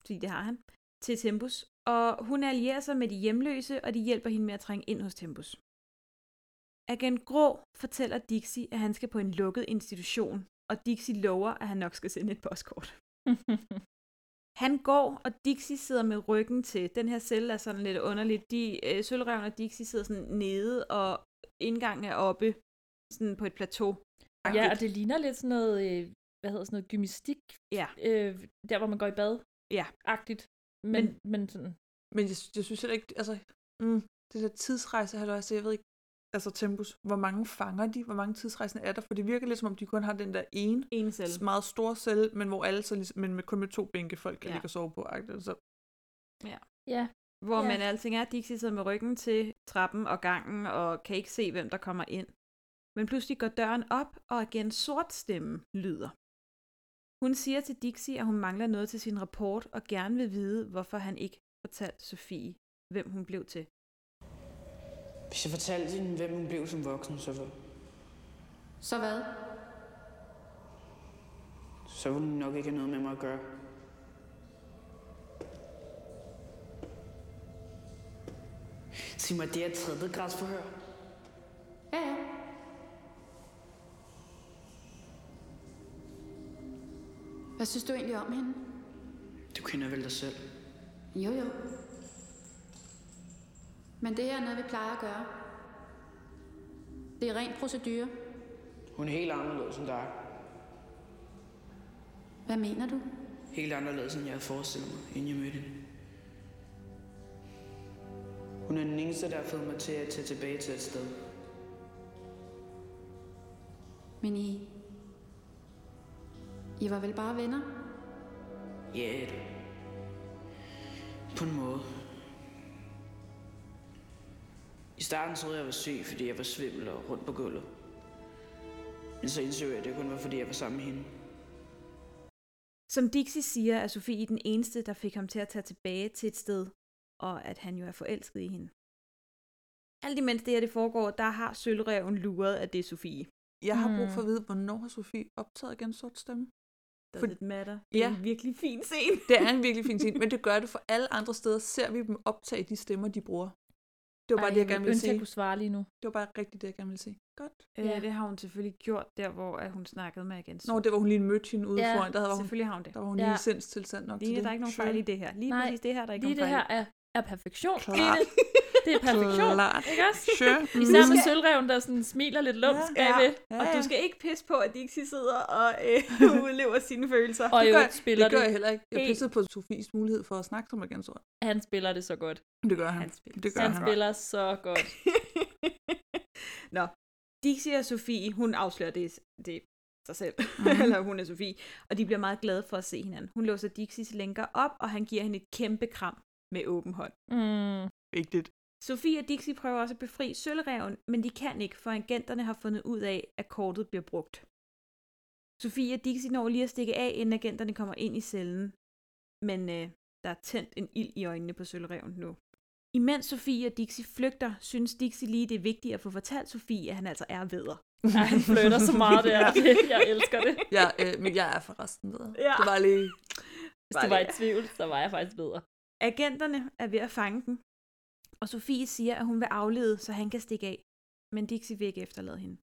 fordi det har han, til Tempus. Og hun allierer sig med de hjemløse, og de hjælper hende med at trænge ind hos Tempus. Agent Grå fortæller Dixie, at han skal på en lukket institution, og Dixie lover, at han nok skal sende et postkort. Han går, og Dixie sidder med ryggen til. Den her celle er sådan lidt underligt. De, øh, Sølvreven og Dixie sidder sådan nede, og indgangen er oppe sådan på et plateau. Ja, og det ligner lidt sådan noget, øh, hvad hedder sådan noget, gymnastik, Ja. øh, der hvor man går i bad. Ja. Agtigt. Men, men, men sådan, Men jeg, jeg synes heller ikke, altså, mm, det der tidsrejse, halløj, så jeg ved ikke, altså Tempus, hvor mange fanger de, hvor mange tidsrejsende er der, for det virker lidt som om, de kun har den der ene, En celle. meget store celle, men hvor alle så ligesom, men med, kun med to bænke, folk kan Ja. ja. ligge og sove på, agtigt, så Ja. Ja. Hvor Ja. ja. man alting er, Dixie sidder med ryggen til trappen og gangen, og kan ikke se, hvem der kommer ind. Men pludselig går døren op, og igen sort stemme lyder. Hun siger til Dixie, at hun mangler noget til sin rapport, og gerne vil vide, hvorfor han ikke fortalte Sofie, hvem hun blev til. Hvis jeg fortalte hende, hvem hun blev som voksen, så, vil- Så hvad? så ville hun nok ikke have noget med mig at gøre. Sig mig, det er tredje grads forhør. Ja, ja. Hvad synes du egentlig om hende? Du kender vel dig selv. Jo, jo. Men det her er noget, vi plejer at gøre. Det er ren procedure. Hun er helt anderledes end dig. Hvad mener du? Helt anderledes, end jeg havde forestillet mig, inden jeg mødte hende. Hun er den eneste, der har fået mig til at tage tilbage til et sted. Men I... I var vel bare venner? Ja, yeah. på en måde. I starten troede jeg, jeg var syg, fordi jeg var svimmel og rundt på gulvet. Men så indså jeg, at det kun var, fordi jeg var sammen med hende. Som Dixie siger, er Sofie den eneste, der fik ham til at tage tilbage til et sted, og at han jo er forelsket i hende. Alt imens det her det foregår, der har sølvreven luret, at det er Sofie. Jeg har brug Mm. for at vide, hvornår har Sofie optaget igen sort stemme? Does For- it matter? Det er Ja. en virkelig fin scene. Det er en virkelig fin ting, men det gør det for alle andre steder. Ser vi dem optage de stemmer, de bruger? Det var bare Ej, det, jeg ville gerne ville ønske, sige. jeg kunne svare lige nu. Det var bare rigtigt det, jeg gerne ville sige. Godt. Øh, Ja. det har hun selvfølgelig gjort, der hvor at hun snakkede med igen. Nå, det var hun lige mødte hende ude Ja, ja, foran. Der havde hun, selvfølgelig har hun det. Der var hun Ja. lige i sindstilstand nok Line, til det. der er ikke nogen fejl i det her. Lige Nej, præcis det her, der er ikke lige det nogen her fejl. er, er perfektion. Klart. Line. Det er perfektion, Klart. ikke også? Sure. [laughs] Mm. Især med sølvreven, der sådan smiler lidt lumsk ja, bagved. Ja, Og ja. du skal ikke pisse på, at Dixie sidder og øh, udlever sine følelser. Og i gør, øvrigt spiller det gør det. jeg heller ikke. Jeg helt- pissede på Sofies mulighed for at snakke som igen sort. Han spiller det så godt. Det gør han. Han spiller Det gør Han han. spiller så godt. [laughs] Nå, Dixie og Sofie, hun afslører det, det sig selv, mm. [laughs] eller hun er Sofie, og de bliver meget glade for at se hinanden. Hun låser Dixies lænker op, og han giver hende et kæmpe kram med åben hånd. Mm. Vigtigt. Sofie og Dixie prøver også at befri sølvreven, men de kan ikke, for agenterne har fundet ud af, at kortet bliver brugt. Sofie og Dixie når lige at stikke af, inden agenterne kommer ind i cellen. Men øh, der er tændt en ild i øjnene på sølvreven nu. Imens Sofie og Dixie flygter, synes Dixie lige, det er vigtigt at få fortalt Sofie, at han altså er veder. Ej, han flytter så meget der. [laughs] Ja. Det- Jeg elsker det. Ja, øh, men jeg er forresten ved. Ja. Det var lige... Hvis du var i tvivl, så var jeg faktisk bedre. Agenterne er ved at fange den, og Sofie siger, at hun vil aflede, så han kan stikke af, men Dixie vil ikke efterlade hende.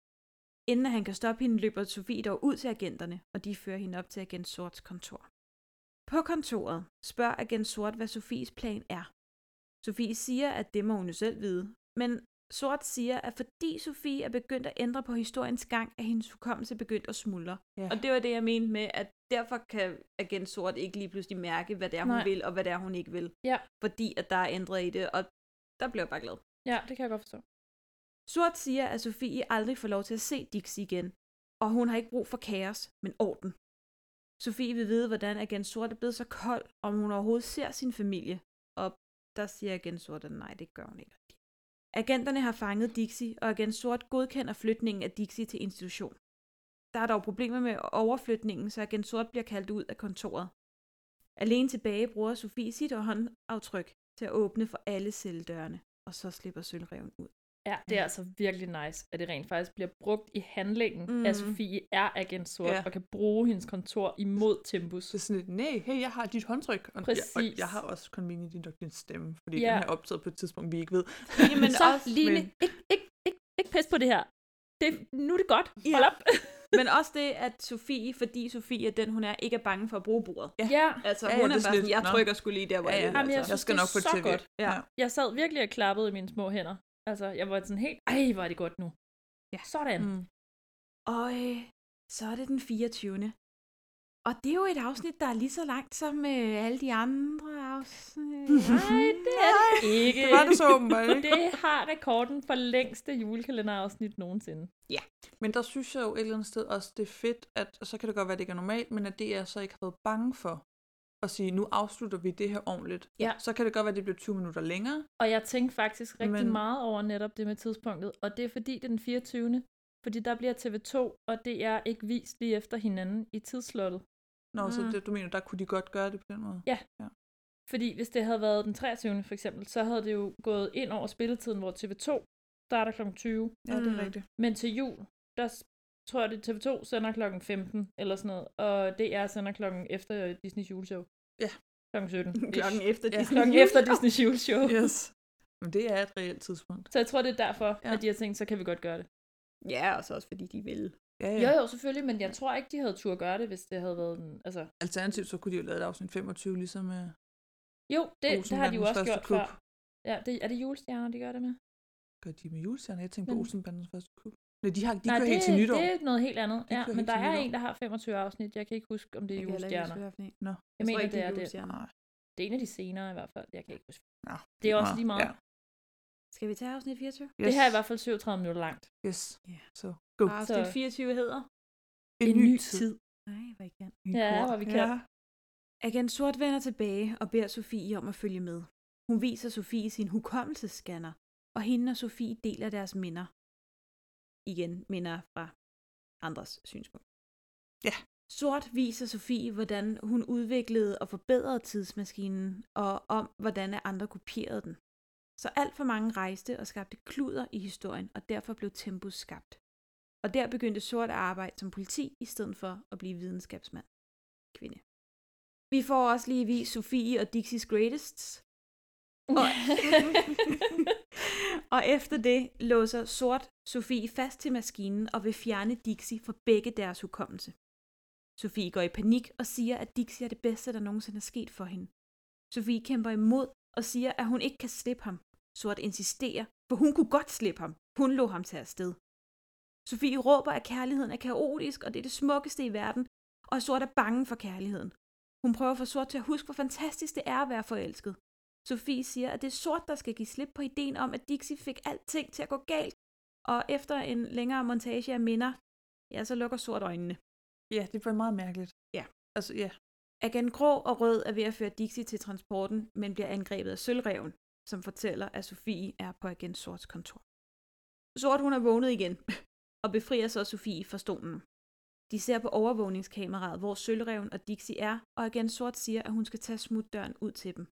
Inden at han kan stoppe hende, løber Sofie dog ud til agenterne, og de fører hende op til agent Sorts kontor. På kontoret spørger agent Sort, hvad Sofies plan er. Sofie siger, at det må hun jo selv vide, men Sort siger, at fordi Sofie er begyndt at ændre på historiens gang, er hendes hukommelse begyndt at smuldre. Ja. Og det var det, jeg mente med, at derfor kan agent Sort ikke lige pludselig mærke, hvad det er, hun Nej. Nej. vil, og hvad det er, hun ikke vil. Ja. Fordi at der er ændret i det, og der bliver jeg bare glad. Ja, det kan jeg godt forstå. Sort siger, at Sofie aldrig får lov til at se Dixie igen, og hun har ikke brug for kaos, men orden. Sofie vil vide, hvordan Agent Sort er blevet så kold, om hun overhovedet ser sin familie, og der siger Agent Sort, at nej, det gør hun ikke. rigtig. Agenterne har fanget Dixie, og Agent Sort godkender flytningen af Dixie til institution. Der er dog problemer med overflytningen, så Agent Sort bliver kaldt ud af kontoret. Alene tilbage bruger Sofie sit håndaftryk til at åbne for alle celledørene, og så slipper sølvreven ud. Ja, det er altså virkelig nice, at det rent faktisk bliver brugt i handlingen, mm. Mm. at Sofie er agent sort ja. Ja. og kan bruge hendes kontor imod Timbus. Det er sådan lidt, nej, hey, jeg har dit håndtryk. Og, Præcis. Jeg, og jeg har også convenient nok din stemme, fordi Ja. ja. den er optaget på et tidspunkt, vi ikke ved. Jamen så, også, Line, men- ikke, ikke, ikke, ikke pis på det her. Det, nu er det godt. Ja. [laughs] Hold op. Men også det, at Sofie, fordi Sofie er den, hun er, ikke er bange for at bruge bordet. Ja. Altså, hun er det er bare sådan sådan, lidt, jeg nå." trykker skulle lige der, hvor Ja, jeg ja. vil. Jamen, jeg, Altså. synes, jeg skal det nok få det så til godt. ved. Ja. Jeg sad virkelig og klappede i mine små hænder. Altså, jeg var sådan helt, ej, hvor er det godt nu. Ja. Sådan. Mm. Og øh, så er det den 24. Og det er jo et afsnit, der er lige så langt som øh, alle de andre afsnit. Nej, det er det ikke. det var [laughs] det så åbenbart ikke. Det har rekorden for længste julekalenderafsnit nogensinde. Ja. Men der synes jeg jo et eller andet sted også, det er fedt, at og så kan det godt være, at det ikke er normalt, men at DR så ikke har været bange for at sige, nu afslutter vi det her ordentligt. Ja. Så kan det godt være, at det bliver 20 minutter længere. Og jeg tænkte faktisk rigtig Men... Men- meget over netop det med tidspunktet, og det er fordi, det er den 24. Fordi der bliver TV2 og DR ikke vist lige efter hinanden i tidsslottet. Nå, mm. så Mm. det, du mener, der kunne de godt gøre det på den måde? Ja. Fordi hvis det havde været den 23. for eksempel, så havde det jo gået ind over spilletiden, hvor TV2 starter kl. 20. Ja, det er Mm. rigtigt. Men til jul, der s- tror jeg, det er TV2 sender kl. 15 eller sådan noget, og DR sender klokken efter Disney's juleshow. Ja. Klokken 17. [laughs] Mm. Klokken efter ja. Disney's klokken efter juleshow. Disney's juleshow. [laughs] Yes. Men det er et reelt tidspunkt. Så jeg tror, det er derfor, ja. at de har tænkt, så kan vi godt gøre det. Ja, og så også fordi de vil. Ja, Jo, ja. jo, selvfølgelig, men jeg tror ikke, de havde tur at gøre det, hvis det havde været en... Altså, Alternativt så kunne de jo lave et afsnit 25, ligesom... Øh, jo, det, det Olsen har de jo Bandens også første gjort kup. før. Ja, det, er det julestjerner, de gør det med? gør de med julestjerner? Jeg tænkte på Men- Olsenbandens første klub. Nej, de, har, de Nej, kører det, helt til nytår. det er noget helt andet. De ja, kører men helt der til er nytår. en, der har 25 afsnit. Jeg kan ikke huske, om det er Jeg kan heller ikke julestjerner. huske, hvad for en. Nå. Jeg mener, ikke, det det er er det. julestjerner. Det er en af de senere i hvert fald. Jeg kan ikke huske. Nå, Det er også nå, lige meget. ja. Skal vi tage afsnit 24? Yes. Det her er i hvert fald 37 minutter langt. Yes. Yeah. Så go. Og afsnit 24 hedder? En, ny, tid. Nej, hvor I kan. Ja, hvor vi kan. Ja. Agent Sort vender tilbage og beder Sofie om at følge med. Hun viser Sofie sin hukommelsesscanner, og hende og Sofie deler deres minder. Igen minder fra andres synspunkt. Ja. Sort viser Sofie, hvordan hun udviklede og forbedrede tidsmaskinen, og om, hvordan at andre kopierede den. Så alt for mange rejste og skabte kluder i historien, og derfor blev Tempus skabt. Og der begyndte Sort at arbejde som politi, i stedet for at blive videnskabsmand. Kvinde. Vi får også lige vist Sofie og Dixie's Greatests. Og, [laughs] og efter det låser Sort Sofie fast til maskinen og vil fjerne Dixie fra begge deres hukommelse. Sofie går i panik og siger, at Dixie er det bedste, der nogensinde er sket for hende. Sofie kæmper imod og siger, at hun ikke kan slippe ham. Sort insisterer, for hun kunne godt slippe ham. Hun lå ham tage afsted. Sofie råber, at kærligheden er kaotisk, og det er det smukkeste i verden, og at Sort er bange for kærligheden. Hun prøver at få Sort til at huske, hvor fantastisk det er at være forelsket. Sofie siger, at det er Sort, der skal give slip på ideen om, at Dixie fik alting til at gå galt, og efter en længere montage af minder, ja, så lukker Sort øjnene. Ja, det var meget mærkeligt. Ja. Altså, ja. Agent Grå og Rød er ved at føre Dixie til transporten, men bliver angrebet af Sølvreven, som fortæller, at Sofie er på Agent Sorts kontor. Sort hun er vågnet igen, [laughs] og befrier så Sofie fra stolen. De ser på overvågningskameraet, hvor Sølvreven og Dixie er, og Agent Sort siger, at hun skal tage smutdøren ud til dem.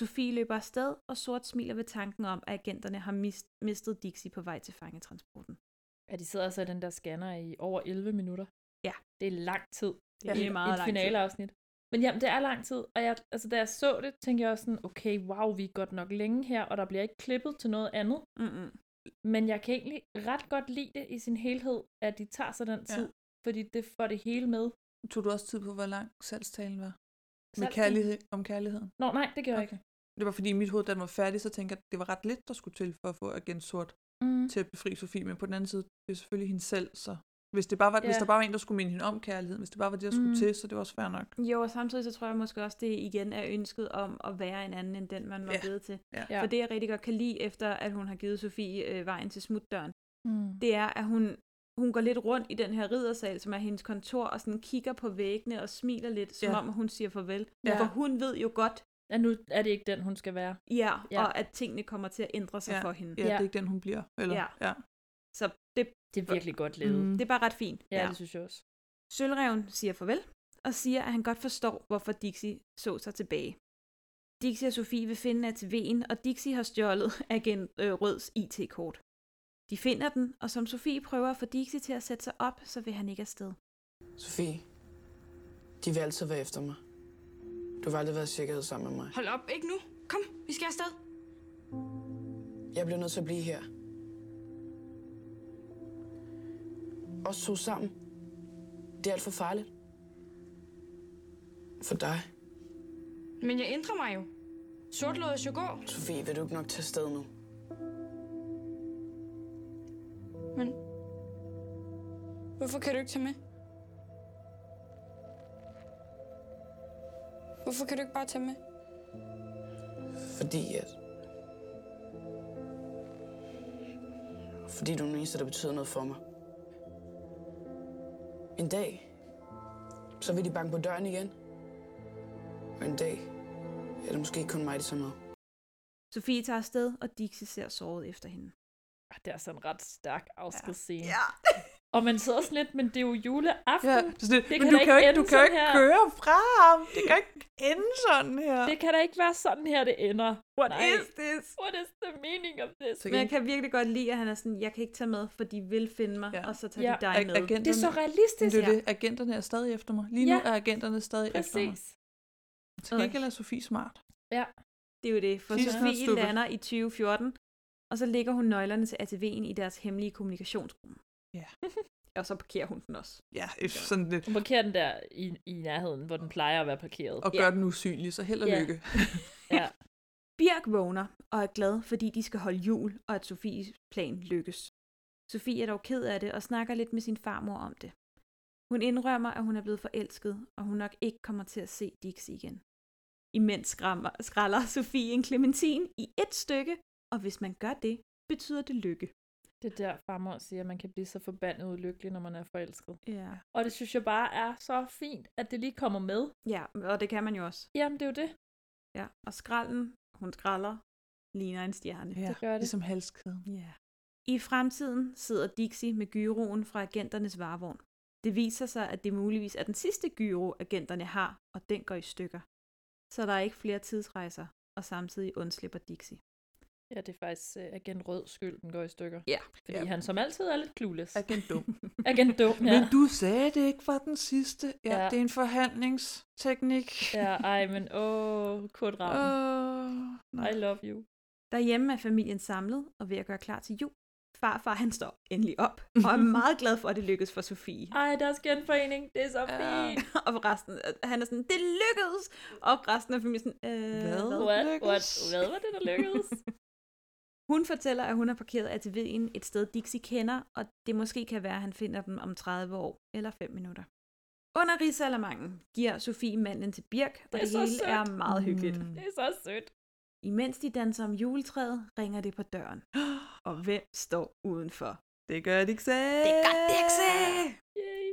Sofie løber afsted, og Sort smiler ved tanken om, at agenterne har mist- mistet Dixie på vej til fangetransporten. At de sidder altså i den der scanner i over 11 minutter. Ja. Det er lang tid. Ja, det er I meget et lang tid. finaleafsnit. Men jamen, det er lang tid, og jeg, altså, da jeg så det, tænkte jeg også sådan, okay, wow, vi er godt nok længe her, og der bliver ikke klippet til noget andet. Mm-mm. Men jeg kan egentlig ret godt lide det i sin helhed, at de tager sig den tid, fordi det får det hele med. Tog du også tid på, hvor lang salgstalen var? Med Salgstalen? kærlighed, om kærligheden? Nå, nej, det gjorde jeg ikke. Det var fordi, i mit hoved, da den var færdig, så tænkte jeg, at det var ret lidt, der skulle til for at få agent sort Mm. til at befri Sofie. Men på den anden side, det er selvfølgelig hende selv, så hvis, det bare var, hvis Ja. der bare var en, der skulle minde hende om kærlighed, hvis det bare var det, der skulle Mm. til, så det var også fair nok. Jo, og samtidig så tror jeg måske også, det igen er ønsket om at være en anden end den, man var Ja. blevet til. Ja. For det, jeg rigtig godt kan lide, efter at hun har givet Sofie øh, vejen til smutdøren, Mm. det er, at hun, hun går lidt rundt i den her riddersal, som er hendes kontor, og sådan kigger på væggene og smiler lidt, som Ja. om hun siger farvel. Ja. Ja. For hun ved jo godt, at nu er det ikke den, hun skal være. Ja, Ja. ja. og at tingene kommer til at ændre sig Ja. for hende. Ja, det er ikke den, hun bliver. Eller, Ja. ja. Så det, det er virkelig godt lavet. Det er bare ret fint. Ja, det synes jeg også. Sølvreven siger farvel, og siger, at han godt forstår, hvorfor Dixie så sig tilbage. Dixie og Sofie vil finde ATV'en, og Dixie har stjålet [laughs] agent øh, Røds IT-kort. De finder den, og som Sofie prøver at få Dixie til at sætte sig op, så vil han ikke afsted. Sofie, de vil altid være efter mig. Du har aldrig været i sikkerhed sammen med mig. Hold op, ikke nu. Kom, vi skal afsted. Jeg bliver nødt til at blive her. Os to sammen. Det er alt for farligt. For dig. Men jeg ændrer mig jo. Sort lod os jo gå. Sofie, vil du ikke nok tage afsted nu? Men hvorfor kan du ikke tage med? Hvorfor kan du ikke bare tage med? Fordi at... Fordi du er den eneste, der betyder noget for mig. En dag, så vil de banke på døren igen. Og en dag er det måske kun mig, de tager med. Sofie tager afsted, og Dixie ser såret efter hende. Ah, Det er sådan en ret stærk afskedsscene. Ja. Og man sidder sådan lidt, men det er jo juleaften. Ja, det er sådan lidt, men kan du da kan jo ikke- ende du kan jo sådan ikke her. køre fra ham. Det [laughs] kan ikke ende sådan her. Det kan da ikke være sådan her, det ender. What Nej. is this? What is the meaning of this? Men jeg kan virkelig godt lide, at han er sådan, jeg kan ikke tage med, for de vil finde mig, ja. og så tager ja. de dig Ag- med. agenterne- realistisk. Det er Ja. det. Agenterne er stadig efter mig. Lige nu Ja. er agenterne stadig efter mig. Præcis. Til gengæld er Sofie smart. Ja. Det er jo det, for Sidst var Sofie stupid. lander i 2014, og så lægger hun nøglerne til ATV'en i deres hemmelige kommunikationsrum. Ja. [laughs] og så parkerer hun den også. Ja, if, sådan lidt. Hun parkerer den der i, i nærheden, hvor den plejer at være parkeret. Og gør den usynlig, så held og Ja. lykke. Ja. Birk vågner og er glad, fordi de skal holde jul, og at Sofies plan lykkes. Sofie er dog ked af det og snakker lidt med sin farmor om det. Hun indrømmer, at hun er blevet forelsket, og hun nok ikke kommer til at se Dix igen. Imens skræmmer, skræller Sofie en clementin i et stykke, og hvis man gør det, betyder det lykke. Det er der, farmor siger, at man kan blive så forbandet ulykkelig, når man er forelsket. Ja. Og det synes jeg bare er så fint, at det lige kommer med. Ja, og det kan man jo også. Jamen, det er jo det. Ja, og skralden, hun skralder, ligner en stjerne. Ja, det gør det. Ligesom halskæden. Ja. I fremtiden sidder Dixie med gyroen fra agenternes varevogn. Det viser sig, at det muligvis er den sidste gyro, agenterne har, og den går i stykker. Så der er ikke flere tidsrejser, og samtidig undslipper Dixie. Ja, det er faktisk uh, agent Rød skyld, den går i stykker. Ja. Fordi Ja. han som altid er lidt clueless. Agent dum. [laughs] agent dum, ja. Men du sagde, det ikke var den sidste. Ja, Ja. ja. det er en forhandlingsteknik. Ja, ej, men åh, Kurt Ravn. Åh, I love you. Derhjemme er familien samlet og ved at gøre klar til jul. Farfar han står endelig op og er meget glad for, at det lykkedes for Sofie. Ej, deres genforening, det er så fint. og resten, han er sådan, det lykkedes! Og resten af familien er sådan, øh, Hvad? What? What? Hvad var det, der lykkedes? Hun fortæller, at hun har parkeret ATV'en et sted, Dixie kender, og det måske kan være, at han finder dem om 30 år eller 5 minutter. Under risalamangen giver Sofie manden til Birk, og Det det, er det så hele sødt. er meget hyggeligt. Mm. Det er så sødt. Imens de danser om juletræet, ringer det på døren. Og hvem står udenfor? Det gør Dixie! Det gør Øh. Dixie! Yay.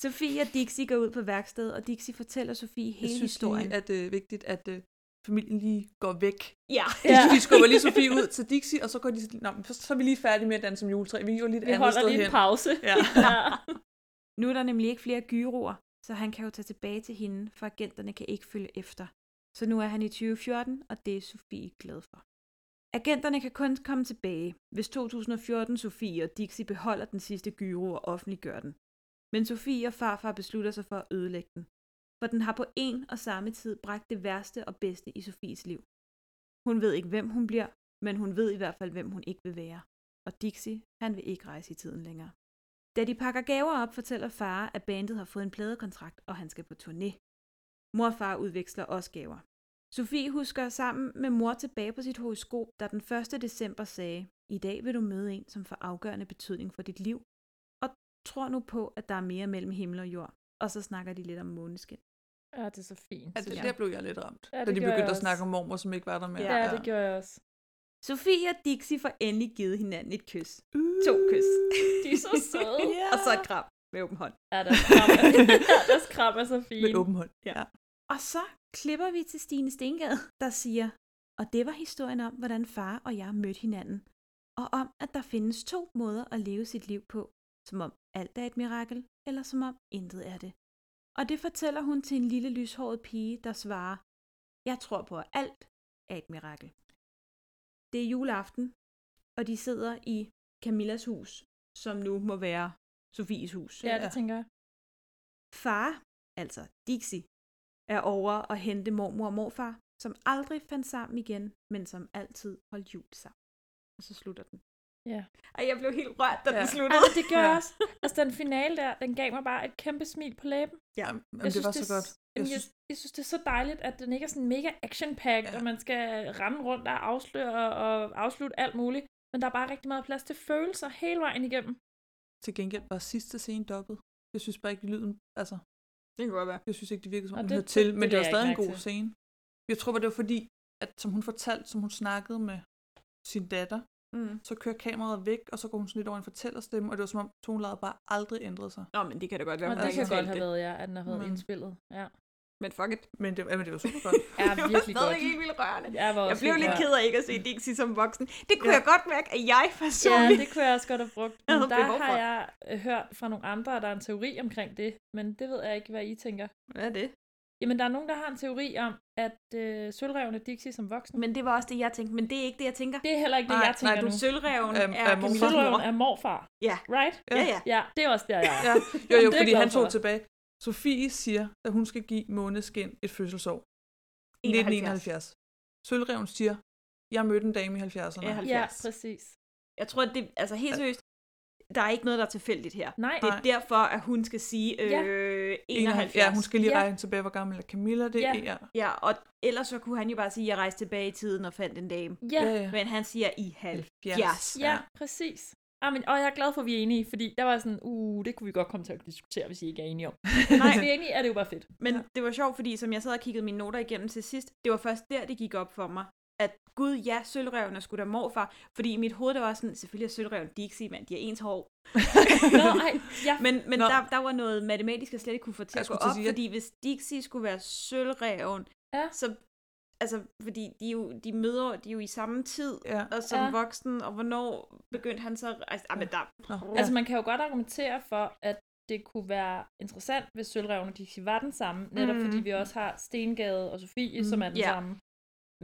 Sofie og Dixie går ud på værkstedet, og Dixie fortæller Sofie Jeg hele synes historien. lige, at det er vigtigt, at øh, familien lige går væk. Ja. [laughs] De, de skubber lige [laughs] Sofie ud til Dixie, og så går de sådan, Nå, men så så er vi lige færdige med at danse som juletræ. Vi går lige Vi et andet holder sted lige en hen. pause. [laughs] Ja. Nu er der nemlig ikke flere gyroer, så han kan jo tage tilbage til hende, for agenterne kan ikke følge efter. Så nu er han i 2014, og det er Sofie glad for. Agenterne kan kun komme tilbage, hvis 2014 Sofie og Dixie beholder den sidste gyro og offentliggør den. Men Sofie og farfar beslutter sig for at ødelægge den, for den har på en og samme tid bragt det værste og bedste i Sofies liv. Hun ved ikke, hvem hun bliver, men hun ved i hvert fald, hvem hun ikke vil være. og Dixie, han vil ikke rejse i tiden længere. Da de pakker gaver op, fortæller far, at bandet har fået en pladekontrakt, og han skal på turné. Mor og far udveksler også gaver. Sofie husker sammen med mor tilbage på sit horoskop, der den 1. december sagde, i dag vil du møde en, som får afgørende betydning for dit liv, og tror nu på, at der er mere mellem himmel og jord. Og så snakker de lidt om måneskin. Ja, det er så fint. Ja, det, Altså, der blev jeg lidt ramt, Ja, ja, det da de gjorde jeg begyndte at også. snakke om mormor, som ikke var der mere. Ja, ja, det gjorde jeg også. Sofie og Dixie får endelig givet hinanden et kys. Uh. To kys. De er så [laughs] søde. [laughs] og så et kram med åben hånd. Ja, deres kram er, [laughs] deres kram er så fint. Med åben hånd. Ja. Og så klipper vi til Stine Stengade, der siger, og det var historien om, hvordan far og jeg mødte hinanden, og om, at der findes to måder at leve sit liv på, som om alt er et mirakel, eller som om intet er det. Og det fortæller hun til en lille lyshåret pige, der svarer, jeg tror på, at alt er et mirakel. Det er juleaften, og de sidder i Camillas hus, som nu må være Sofies hus. Ja, det tænker jeg. Far, altså Dixie, er over og hente mormor og morfar, som aldrig fandt sammen igen, men som altid holdt jul sammen. Og så slutter den. Ja. Ej, jeg blev helt rørt, da ja. den sluttede. Ja, men det gjorde ja. jeg også. Altså, den finale der, den gav mig bare et kæmpe smil på læben. Ja, men Jeg det synes, var så godt. Jeg, jeg, synes, jeg synes, det er så dejligt, at den ikke er sådan mega action-packed, ja. og man skal rende rundt og afsløre og afslutte alt muligt. Men der er bare rigtig meget plads til følelser hele vejen igennem. Til gengæld var sidste scene dobbelt. Jeg synes bare ikke, lyden... Altså, det kan godt være. Jeg synes ikke, det virkede, som Nå, om den det- hørte til, det- men det det, lagde var jeg stadig ikke en god mærke til. scene. Jeg tror bare, det var fordi, at som hun fortalte, som hun snakkede med sin datter, Mm. så kører kameraet væk, og så går hun sådan lidt over i en fortællerstemme, og det var som om tonelaget bare aldrig ændrede sig. Nå, men det kan da godt være, Og hun det ikke kan har godt talt have det. været, ja, at den har været Mm. Men- indspillet. Ja. Men fuck it. Men det, ja, men det var super godt. [laughs] Ja, [laughs] virkelig stadig godt. helt vildt rørende. Jeg, var Jeg også blev helt lidt rørt. ked af ikke at se Dixie som voksen. Det kunne ja. Ja. jeg godt mærke, at jeg Ja, personligt... det kunne jeg også godt have brugt. [laughs] Jeg Men havde der behov har for. jeg øh, hørt fra nogle andre, at der er en teori omkring det, men det ved jeg ikke, hvad I tænker. Hvad er det? Jamen, der er nogen, der har en teori om, at øh, sølvrevne Dixie som voksen. Men det var også det, jeg tænkte. Men det er ikke det, jeg tænker. Det er heller ikke det, Nej, jeg tænker nej, du nu. sølvreven Øhm, er er morfar. Camillas Sølvrevnen mor. er morfar. Ja. Right? Ja, ja. Ja, det er også der, jeg er. Ja. Jo, Jamen, jo, det er fordi jeg han glad tog for. tilbage. Sofie siger, at hun skal give Måneskin et fødselsår. 1971. Sølvreven siger, jeg mødte en dame i 70'erne. Ja, 70. Ja, præcis. Jeg tror, det, altså helt seriøst, der er ikke noget, der er tilfældigt her. Nej. Det er Nej. derfor, at hun skal sige øh, Ja. 71. Ja, hun skal lige regne tilbage, hvor gammel er Camilla. Det Ja. er, E ja. Ja, og ellers så kunne han jo bare sige, at jeg rejste tilbage i tiden og fandt en dame. Ja. Ja, ja. Men han siger i 70. Yes. Ja, præcis. Ah, men, og jeg er glad for, at vi er enige, fordi der var sådan, uh, det kunne vi godt komme til at diskutere, hvis I ikke er enige om. Nej. [laughs] Hvis vi er enige, er det jo bare fedt. Altså, Men ja. det var sjovt, fordi som jeg sad og kiggede mine noter igennem til sidst, det var først der, det gik op for mig, at gud ja, sølvreven er sgu da morfar. Fordi i mit hoved, der var sådan, selvfølgelig er sølvreven Dixie, mand, de er ens hår. Nå, ej, ja. Men, men der, der var noget matematisk, jeg slet ikke kunne få til Jeg at gå skulle til at op, sige, at- fordi hvis Dixie skulle være sølvreven, ja. så altså, fordi de, er jo, de møder de er jo i samme tid, ja. og som Ja. ja. voksen, og hvornår begyndte han så... Altså, ja. men der, Ja. Altså, man kan jo godt argumentere for, at det kunne være interessant, hvis sølvrevne og Dixie var den samme, netop Mm. mm. fordi vi også har Stengade og Sofie, mm. Mm, som er den ja. samme.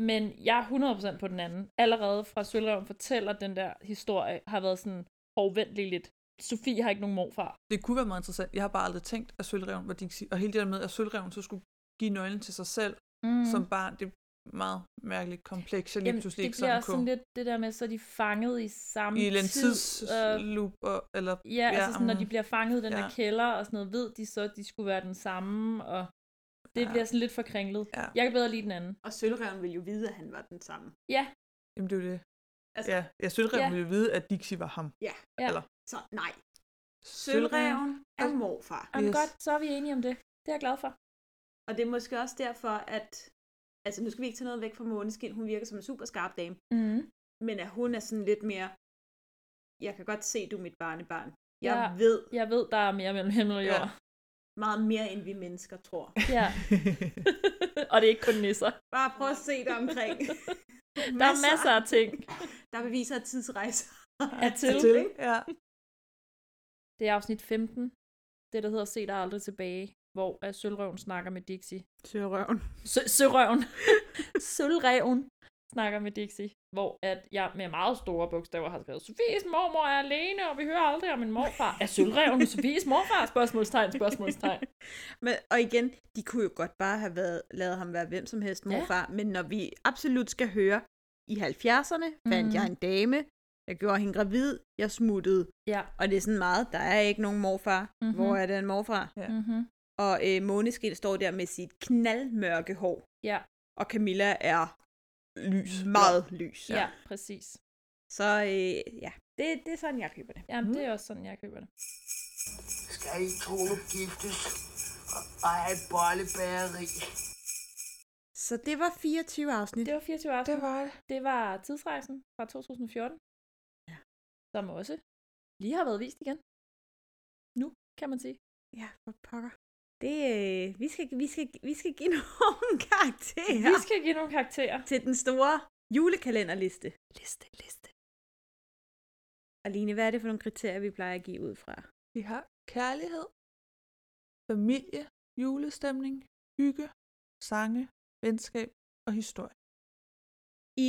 Men jeg er 100% på den anden. Allerede fra Sølvrevne fortæller den der historie, har været sådan forventelig lidt. Sofie har ikke nogen morfar. Det kunne være meget interessant. Jeg har bare aldrig tænkt, at sølvreven var Dixie. Og hele det der med, at sølvreven så skulle give nøglen til sig selv, Mm. mm. som barn, det er meget mærkeligt kompleks. Jeg lige Jamen, det pludselig bliver ikke sådan sådan også sådan kunne. lidt det der med, så er de fanget i samme I en tid. og- tidsloop, og, eller... Ja, altså sådan, når mm. de bliver fanget i den ja. der ja. kælder og sådan noget, ved de så, at de skulle være den samme, og det ja. Ja. bliver sådan lidt for kringlet. Ja. Jeg kan bedre lide den anden. Og sølvreven ville jo vide, at han var den samme. Ja, Jamen, det er jo det. Altså- Altså, ja, jeg sølvreven Ja. ja. ville vide, at Dixie var ham. Ja. Ja. Eller, Så nej. Sølvreven Sølvreven er morfar. Jamen godt, så er vi enige om det. Det er jeg glad for. Og det er måske også derfor, at... Altså, nu skal vi ikke tage noget væk fra Måneskin. Hun virker som en super skarp dame. Mm. Men at hun er sådan lidt mere... Jeg kan godt se, du er mit barnebarn. Jeg Ja. ved Jeg ved, der er mere mellem himmel og [laughs] jord. Ja. meget mere, end vi mennesker tror. ja. [laughs] og det er ikke kun nisser. Bare prøv at se dig omkring. [laughs] Der er masser af [laughs] ting. Der beviser, at [laughs] tidsrejser Er til. Ja. Det er afsnit 15. Det, der hedder Se dig aldrig tilbage, hvor at Sølvrøven snakker med Dixie. Sølvrøven. Sø- [laughs] Sørøven. Sølvreven snakker med Dixie, hvor at jeg med meget store bogstaver har skrevet, Sofies mormor er alene, og vi hører aldrig om en morfar. Er Sølvreven Sofies morfar? Spørgsmålstegn, spørgsmålstegn. [laughs] Men, og igen, de kunne jo godt bare have været, lavet ham være hvem som helst morfar, ja. men når vi absolut skal høre, i 70'erne fandt Mm. jeg en dame, Jeg gjorde hende gravid. Jeg smuttede. Ja. Og det er sådan meget, der er ikke nogen morfar. Mhm. Mm-hmm. Hvor er den morfar? Ja. Mm-hmm. Og øh, Måneskin står der med sit knaldmørke hår. Ja. Og Camilla er lys. Meget lys. Ja, ja præcis. Så øh, ja, det, det er sådan, jeg køber det. Jamen, det er også sådan, jeg køber det. Skal I to nu giftes og eje et bollebæreri? Så det var 24 afsnit. Det var 24 afsnit. Det var det. Det var tidsrejsen fra 2014. Ja. Som også lige har været vist igen. Nu, kan man sige. Ja, for pokker. Det, øh, vi, skal, vi, skal, vi skal give [laughs] nogle karakterer. Vi skal give nogle karakterer. Til den store julekalenderliste. Liste, liste. Og Line, hvad er det for nogle kriterier, vi plejer at give ud fra? Vi har kærlighed, familie, julestemning, hygge, sange, venskab og historie. I [laughs]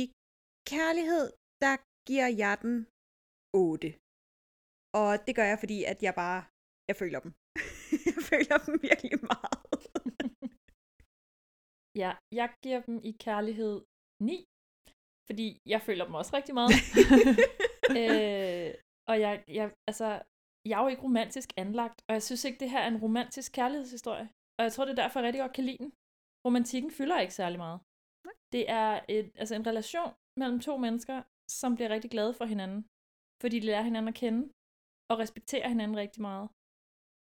kærlighed, der giver jeg den 8. Og det gør jeg, fordi at jeg bare, jeg føler dem. [laughs] jeg føler dem virkelig meget. Ja, jeg giver dem i kærlighed 9, fordi jeg føler dem også rigtig meget. [laughs] øh, og jeg, jeg, altså, jeg er jo ikke romantisk anlagt, og jeg synes ikke, det her er en romantisk kærlighedshistorie. Og jeg tror, det er derfor, jeg rigtig godt kan lide den. Romantikken fylder ikke særlig meget. Det er et, altså en relation mellem to mennesker, som bliver rigtig glade for hinanden, fordi de lærer hinanden at kende, og respekterer hinanden rigtig meget.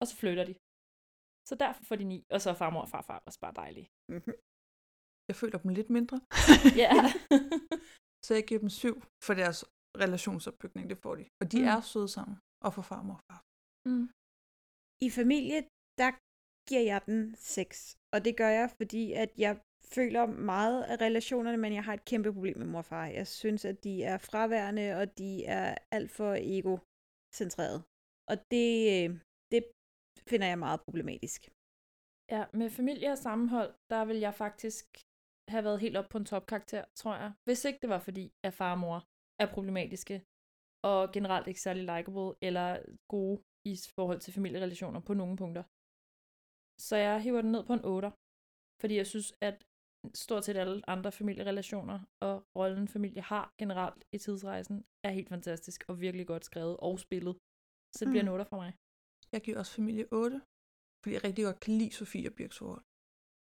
Og så flytter de. Så derfor får de ni, og så er farmor og farfar også bare dejlige. Mm-hmm. Jeg føler dem lidt mindre. Ja. [laughs] så jeg giver dem syv for deres relationsopbygning, det får de. Og de Mm. mm. er søde sammen, og for farmor og far. Mm. I familie, der giver jeg den 6. Og det gør jeg, fordi at jeg føler meget af relationerne, men jeg har et kæmpe problem med mor og far. Jeg synes, at de er fraværende, og de er alt for egocentreret. Og det, øh, det finder jeg meget problematisk. Ja, med familie og sammenhold, der vil jeg faktisk have været helt op på en topkarakter, tror jeg. Hvis ikke det var fordi, at far og mor er problematiske, og generelt ikke særlig likable, eller gode i forhold til familierelationer på nogle punkter. Så jeg hiver den ned på en 8, fordi jeg synes, at stort set alle andre familierelationer og rollen familie har generelt i tidsrejsen, er helt fantastisk og virkelig godt skrevet og spillet. Så det bliver Mm. en 8 fra mig. Jeg giver også familie 8, fordi jeg rigtig godt kan lide Sofie og Birks forhold.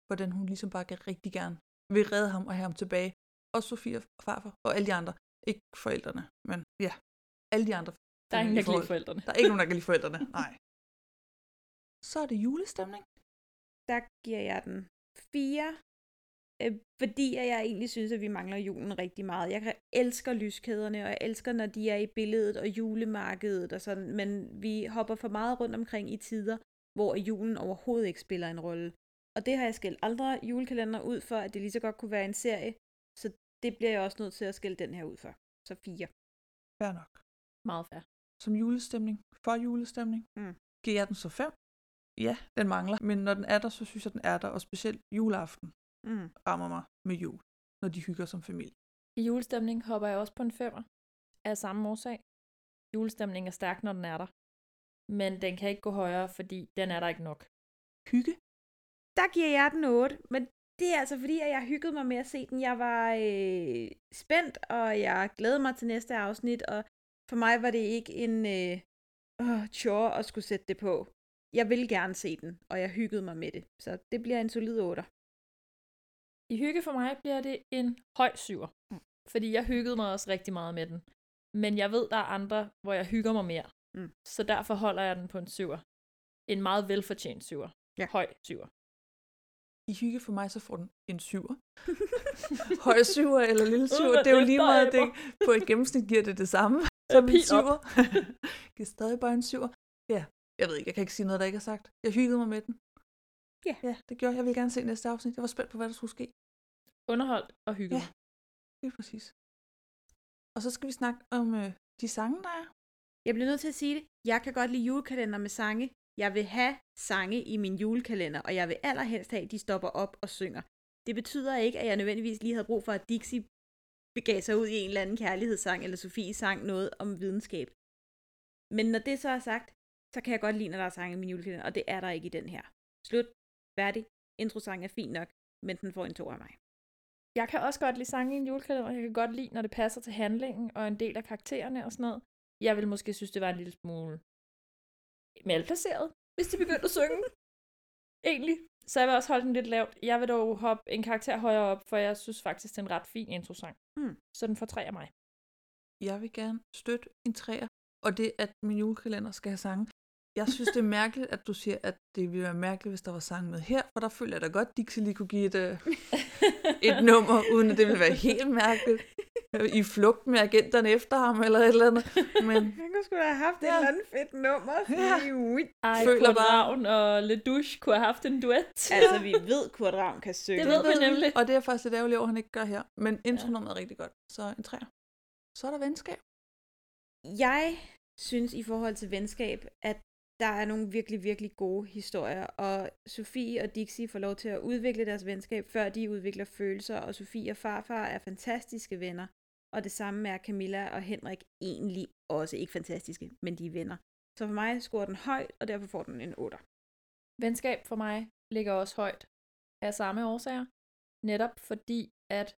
Hvordan hun ligesom bare kan rigtig gerne vil redde ham og have ham tilbage. Og Sofie og farfar og alle de andre. Ikke forældrene, men ja, alle de andre. Der er ingen, der kan lide forhold. forældrene. Der er ikke nogen, der kan lide [laughs] forældrene, nej. Så er det julestemning. Der giver jeg den 4, øh, fordi at jeg egentlig synes, at vi mangler julen rigtig meget. Jeg kan- elsker lyskæderne, og jeg elsker, når de er i billedet og julemarkedet og sådan, men vi hopper for meget rundt omkring i tider, hvor julen overhovedet ikke spiller en rolle. Og det har jeg skældt andre julekalender ud for, at det lige så godt kunne være en serie, så det bliver jeg også nødt til at skælde den her ud for. Så 4. Fair nok. Meget fair. Som julestemning, for julestemning, mm. giver jeg den så 5. Ja, den mangler, men når den er der, så synes jeg, den er der, og specielt juleaften Mm. rammer mig med jul, når de hygger som familie. I julestemning hopper jeg også på en femmer af samme årsag. Julestemning er stærk, når den er der. Men den kan ikke gå højere, fordi den er der ikke nok. Hygge? Der giver jeg den 8, men det er altså fordi, at jeg hyggede mig med at se den. Jeg var øh, spændt, og jeg glædede mig til næste afsnit, og for mig var det ikke en øh, øh, chore at skulle sætte det på. Jeg ville gerne se den, og jeg hyggede mig med det. Så det bliver en solid 8. I hygge for mig bliver det en høj syver. Fordi jeg hyggede mig også rigtig meget med den. Men jeg ved, der er andre, hvor jeg hygger mig mere. Mm. Så derfor holder jeg den på en syver. En meget velfortjent syver. Ja. Høj syver. I hygge for mig, så får den en [laughs] syver. Høj syver eller lille syver, Uden at det er jo løfte lige meget det. øjne. På et gennemsnit giver det det samme. Ja, Som en pil op. syver. [laughs] giver stadig bare en syver. Ja, jeg ved ikke, jeg kan ikke sige noget, der ikke er sagt. Jeg hyggede mig med den. Ja. ja det gjorde jeg. Jeg ville gerne se næste afsnit. Jeg var spændt på, hvad der skulle ske. Underholdt og hygget. Ja. Lige præcis. Og så skal vi snakke om øh, de sange, der er. Jeg bliver nødt til at sige det. Jeg kan godt lide julekalender med sange. Jeg vil have sange i min julekalender, og jeg vil allerhelst have, at de stopper op og synger. Det betyder ikke, at jeg nødvendigvis lige havde brug for, at Dixie begav sig ud i en eller anden kærlighedssang, eller Sofie sang noget om videnskab. Men når det så er sagt, så kan jeg godt lide, når der er sange i min julekalender, og det er der ikke i den her. Slut. Færdig. Introsang er fint nok, men den får en to af mig. Jeg kan også godt lide sange i en julekalender. Jeg kan godt lide, når det passer til handlingen og en del af karaktererne og sådan noget. Jeg vil måske synes, det var en lille smule malplaceret, hvis de begyndte at [laughs] synge. Egentlig. Så jeg vil også holde den lidt lavt. Jeg vil dog hoppe en karakter højere op, for jeg synes faktisk, det er en ret fin introsang. Mm. Så den får tre af mig. Jeg vil gerne støtte en træer, og det, at min julekalender skal have sange. Jeg synes, det er mærkeligt, at du siger, at det ville være mærkeligt, hvis der var sang med her, for der føler jeg da godt, at Dixie lige kunne give et, øh, et nummer, uden at det ville være helt mærkeligt. I flugt med agenterne efter ham, eller et eller andet. [laughs] Men Han kunne sgu da have haft ja. et eller andet fedt nummer. Ja. [laughs] Ej, Føler Kurt bare- Ravn og Leduc kunne have haft en duet. Altså, vi ved, Kurt Ravn kan synge. Det ved vi nemlig. Og det er faktisk lidt ærgerligt over, at han ikke gør her. Men intronummeret er rigtig godt, så en træer. Så er der venskab. Jeg synes i forhold til venskab, at der er nogle virkelig, virkelig gode historier, og Sofie og Dixie får lov til at udvikle deres venskab, før de udvikler følelser, og Sofie og farfar er fantastiske venner, og det samme er Camilla og Henrik egentlig også ikke fantastiske, men de er venner. Så for mig scorer den højt, og derfor får den en 8. Venskab for mig ligger også højt af samme årsager. Netop fordi, at...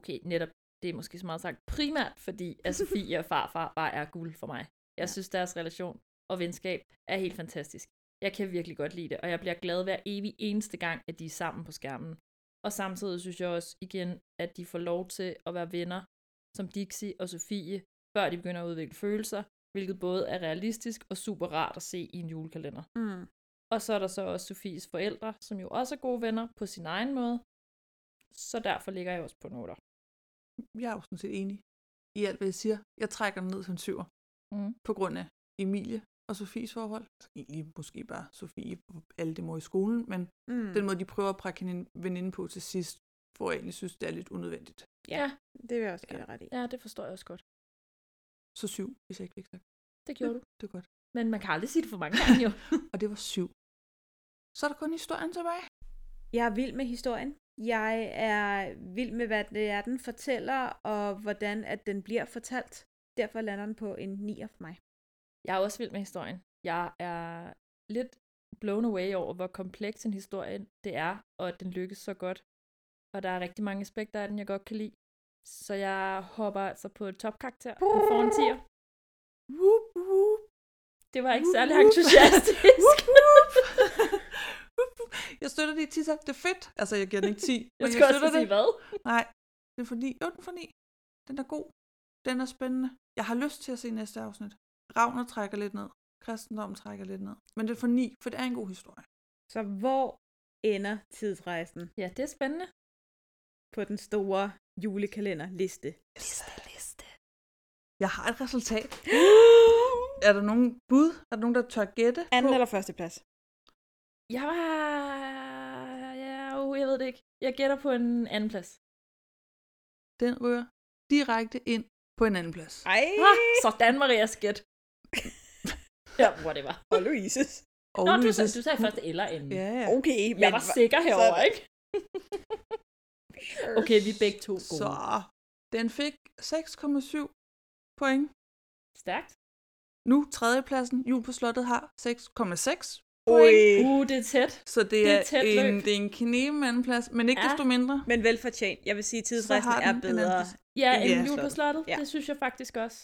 Okay, netop, det er måske så meget sagt. Primært fordi, at Sofie og farfar bare er guld for mig. Jeg ja. synes, deres relation og venskab er helt fantastisk. Jeg kan virkelig godt lide det, og jeg bliver glad hver evig eneste gang, at de er sammen på skærmen. Og samtidig synes jeg også igen, at de får lov til at være venner, som Dixie og Sofie, før de begynder at udvikle følelser, hvilket både er realistisk og super rart at se i en julekalender. Mm. Og så er der så også Sofies forældre, som jo også er gode venner på sin egen måde. Så derfor ligger jeg også på noter. Jeg er jo sådan set enig i alt, hvad jeg siger. Jeg trækker den ned som syver. Mm. På grund af Emilie og Sofies forhold. Altså egentlig måske bare Sofie og alle det mor i skolen, men Mm. mm. den måde, de prøver at prakke hende veninde på til sidst, hvor jeg egentlig synes, det er lidt unødvendigt. Ja, ja, Det vil jeg også give dig ret i. ja det forstår jeg også godt. Så syv, hvis jeg ikke fik sagt. Det gjorde du. Det er godt. Men man kan aldrig sige det for mange gange jo. Og det var syv. Så er der kun historien tilbage. Jeg er vild med historien. Jeg er vild med, hvad det er, den fortæller, og hvordan at den bliver fortalt. Derfor lander den på en 9 for mig. [laughs] Jeg er også vild med historien. Jeg er lidt blown away over, hvor kompleks en historie det er, og at den lykkes så godt. Og der er rigtig mange aspekter af den, jeg godt kan lide. Så jeg hopper altså på topkarakter og får en 10'er. Whoop, whoop. Det var ikke særlig Whoop, whoop. entusiastisk. Whoop, [laughs] [laughs] whoop. Whoop, whoop. jeg støtter de 10 Det er fedt. Altså, jeg giver den ikke 10. men skulle også støtter til at sige, hvad? Nej, den får 9. Jo, den får 9. Den er god. Den er spændende. Jeg har lyst til at se næste afsnit. Ravner trækker lidt ned. Kristendommen trækker lidt ned. Men den får 9, for det er en god historie. Så hvor ender tidsrejsen Ja, det er spændende. på den store [gasps] julekalenderliste? Liste, liste. Jeg har et resultat. er der nogen bud? Er der nogen, der tør gætte? Anden eller første plads? Jeg var... Ja, uh, jeg ved det ikke. Jeg gætter på en anden plads. Den ryger direkte ind på en anden plads. Ej! Ah, sådan, Maria Skæt. [laughs] ja, whatever. Og Louises. Og Nå, du, Louises- sagde, du sagde først Oh, eller anden. Ja, ja. Okay, men... Jeg var sikker herover, ikke? [laughs] Okay, vi er begge to gode. Så den fik 6,7 point. Stærkt. Nu tredjepladsen, Jul på Slottet har 6,6 Ui. point. Uh, det er tæt. Så det Det er er, tæt løb. en, det er en knep med anden plads, men ikke Ja. ja. desto mindre. Men velfortjent. Jeg vil sige, at tidsrejsen er har den en anden bedre. plads. Ja, end en Jul jul på slottet, ja. Ja. det synes jeg faktisk også.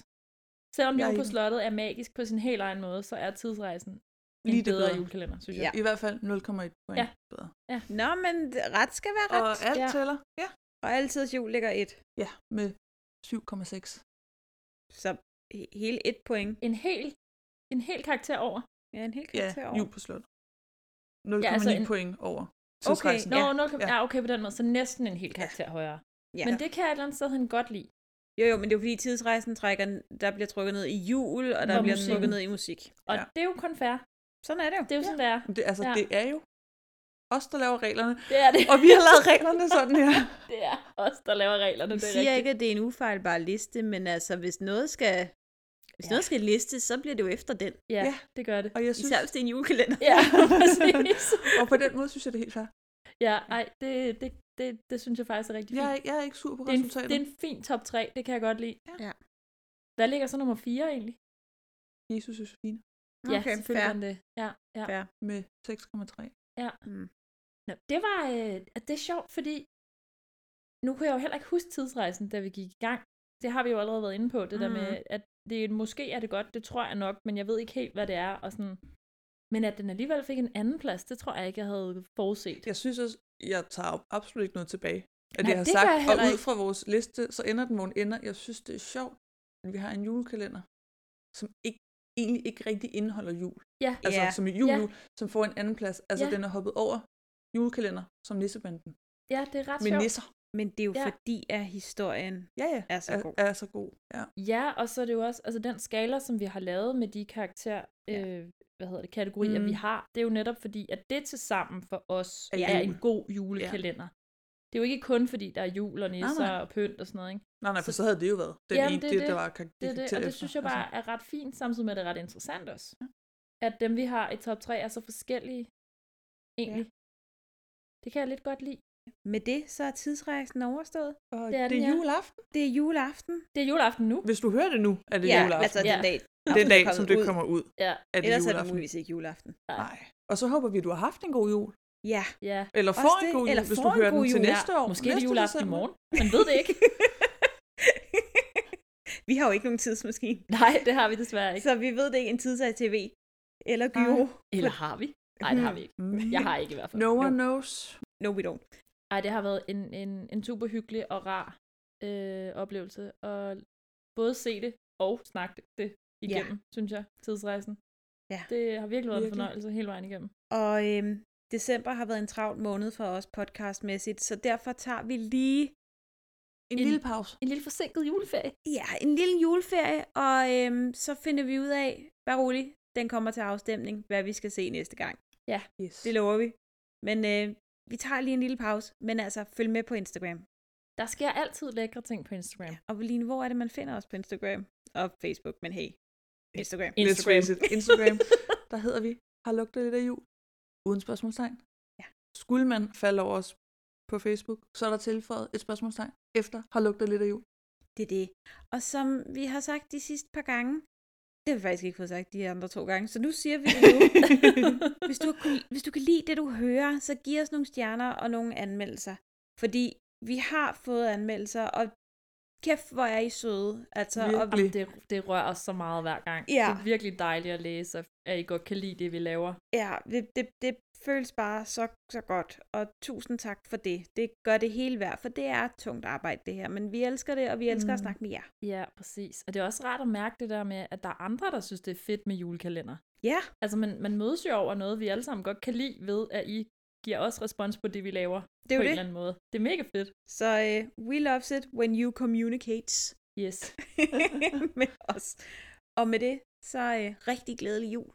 Selvom Jeg er jul på enig. slottet er magisk på sin helt egen måde, så er tidsrejsen en Lige det bedre bedre. julekalender, synes Ja. jeg. I hvert fald 0,1 point Ja. ja. bedre. Ja. Nå, men ret skal være ret. Og alt ja. ja. tæller. Ja. Og altid jul ligger et. Ja, med 7,6. Så he- hele et point. En hel, en hel karakter over. Ja, en hel Ja, karakter over. Jul på Slottet. 0,9 ja, altså altså en- point over. Okay, tidsrejsen. Nå, Ja. ja. Ja. ja, okay på den måde, så næsten en hel karakter ja. højere. Ja. Ja. Men det kan jeg et eller andet sted han godt lide. Jo, jo, men det er jo fordi tidsrejsen trækker, der bliver trukket ned i jul, og der Og bliver musikken. trukket ned i musik. Og Ja. ja. det er jo kun fair. Sådan er det jo. Det er jo ja. sådan, det er. Men Det, altså, Ja. ja. det er jo os, der laver reglerne. Det er det. Og vi har lavet reglerne sådan her. [laughs] Det er os, der laver reglerne. Vi Det er siger rigtigt. ikke, at det er en ufejlbar liste, men altså, hvis noget skal, hvis ja. noget skal listes, så bliver det jo efter den. Ja, Ja. det gør [laughs] det. Og jeg synes, Især hvis det er en julekalender. [laughs] Ja, [laughs] præcis. og på den måde synes jeg, det er helt fair. Ja, ej, det, det, det, det synes jeg faktisk er rigtig Jeg, fint. er- jeg er ikke sur på det, er en, resultatet. det er en fin top 3, det kan jeg godt lide. Ja. Hvad ligger så nummer 4 egentlig? Jesus er fine ja, selvfølgelig er den det. Ja, ja. fair. med 6,3. ja. Mm. Nå, det var, øh, at det er sjovt, fordi nu kunne jeg jo heller ikke huske tidsrejsen, da vi gik i gang. Det har vi jo allerede været inde på, det mm. der Mhm. med, at det, måske er det godt, det tror jeg nok, men jeg ved ikke helt, hvad det er. Og sådan. Men at den alligevel fik en anden plads, det tror jeg ikke, jeg havde forudset. Jeg synes også, jeg tager jo absolut ikke noget tilbage af det, Nej, jeg har det gør sagt. jeg heller og ud ikke. fra vores liste, så ender den, hvor den ender. Jeg synes, det er sjovt, at vi har en julekalender, som ikke, egentlig ikke rigtig indeholder jul. Ja. Altså Ja. som i jul, Ja. som får en anden plads. Altså Ja. den er hoppet over julekalender som nissebanden. Ja, det er ret Med sjovt. nisser. Men det er jo Ja. ja. fordi, at historien ja, ja. er så Er- god. Er så god, ja. Ja, og så er det jo også, altså den skala, som vi har lavet med de karakter, ja. øh, hvad hedder det, kategorier, mm. Mm. vi har, det er jo netop fordi, at det til sammen for os Er er, er jul. en god julekalender. Ja. Det er jo ikke kun fordi, der er jul og nisser nej. og pynt og sådan noget, ikke? Nej, nej, for så havde det jo været den ene, er det, der var kar- det, er det, karakter og det efter, synes jeg bare er ret fint, samtidig med, at det er ret interessant også. At dem, vi har i top 3, er så forskellige, egentlig. Ja. Det kan jeg lidt godt lide. Med det, så er tidsrejsen overstået. Og det er det er den, ja. Altså, juleaften. Det er juleaften. Det er juleaften nu. Hvis du hører det nu, er det Ja, juleaften. altså den dag, den afsnittet dag, er kommet som det ud. kommer ud. Ja. Er det Ellers er det juleaften. muligvis ikke juleaften. Nej. Og så håber vi, du har haft en god jul. Ja. [laughs] ja. Eller Også får en det. god jul, Eller hvis får du en hører god den til jul. næste Ja, år. måske er det næste juleaften i december. morgen. Man ved det ikke. [laughs] Vi har jo ikke nogen tidsmaskine. Nej, det har vi desværre ikke. Så vi ved det ikke en tids af tv. Eller gyro. Eller har vi? Nej, det har vi ikke. Jeg har ikke i hvert fald. Mm. No one knows. No, we don't. Ej, det har været en, en, en super hyggelig og rar øh, oplevelse at både se det og snakke det igennem, ja. synes jeg, tidsrejsen. Ja. Det har virkelig været virkelig. en Virkelig. fornøjelse hele vejen igennem. Og øhm, december har været en travl måned for os podcastmæssigt, så derfor tager vi lige... En, lille pause. En lille forsinket juleferie. Ja, en lille juleferie, og øhm, så finder vi ud af, bare rolig, den kommer til afstemning, hvad vi skal se næste gang. Ja, yes. det lover vi. Men øh, vi tager lige en lille pause, men altså, følg med på Instagram. Der sker altid lækre ting på Instagram. Ja. Og Line, hvor er det, man finder os på Instagram? Og Facebook, men hey, Instagram. Let's face it. [laughs] Instagram. Der hedder vi, har lugtet lidt af jul. Uden spørgsmålstegn. Ja. Skulle man falde over os på Facebook, så er der tilføjet et spørgsmålstegn efter, har lugtet lidt af jul. Det er det. Og som vi har sagt de sidste par gange, det har vi faktisk ikke fået sagt de andre to gange, så nu siger vi det nu. hvis, du har kunne, hvis du kan lide det, du hører, så giv os nogle stjerner og nogle anmeldelser. Fordi vi har fået anmeldelser, og kæft, hvor er I søde. Altså, og Jamen, det, det rører os så meget hver gang. Ja. Det er virkelig dejligt at læse, og at I godt kan lide det, vi laver. Ja, det, det, det føles bare så, så godt, og tusind tak for det. Det gør det hele værd, for det er tungt arbejde det her, men vi elsker det, og vi elsker mm. at Mm. snakke med jer. Ja, præcis. Og det er også rart at mærke det der med, at der er andre, der synes, det er fedt med julekalender. Ja. Altså, man, man mødes jo over noget, vi alle sammen godt kan lide, ved at I giver os respons på det, vi laver. Det er jo på en det. eller anden måde. Det er mega fedt. Så uh, we loves it when you communicates [laughs] Yes. med os. Og med det, så uh, rigtig glædelig jul.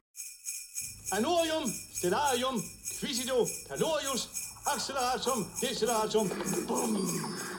Anorium, stellarium, quisido, calorius, acceleratum, deceleratum. Bum.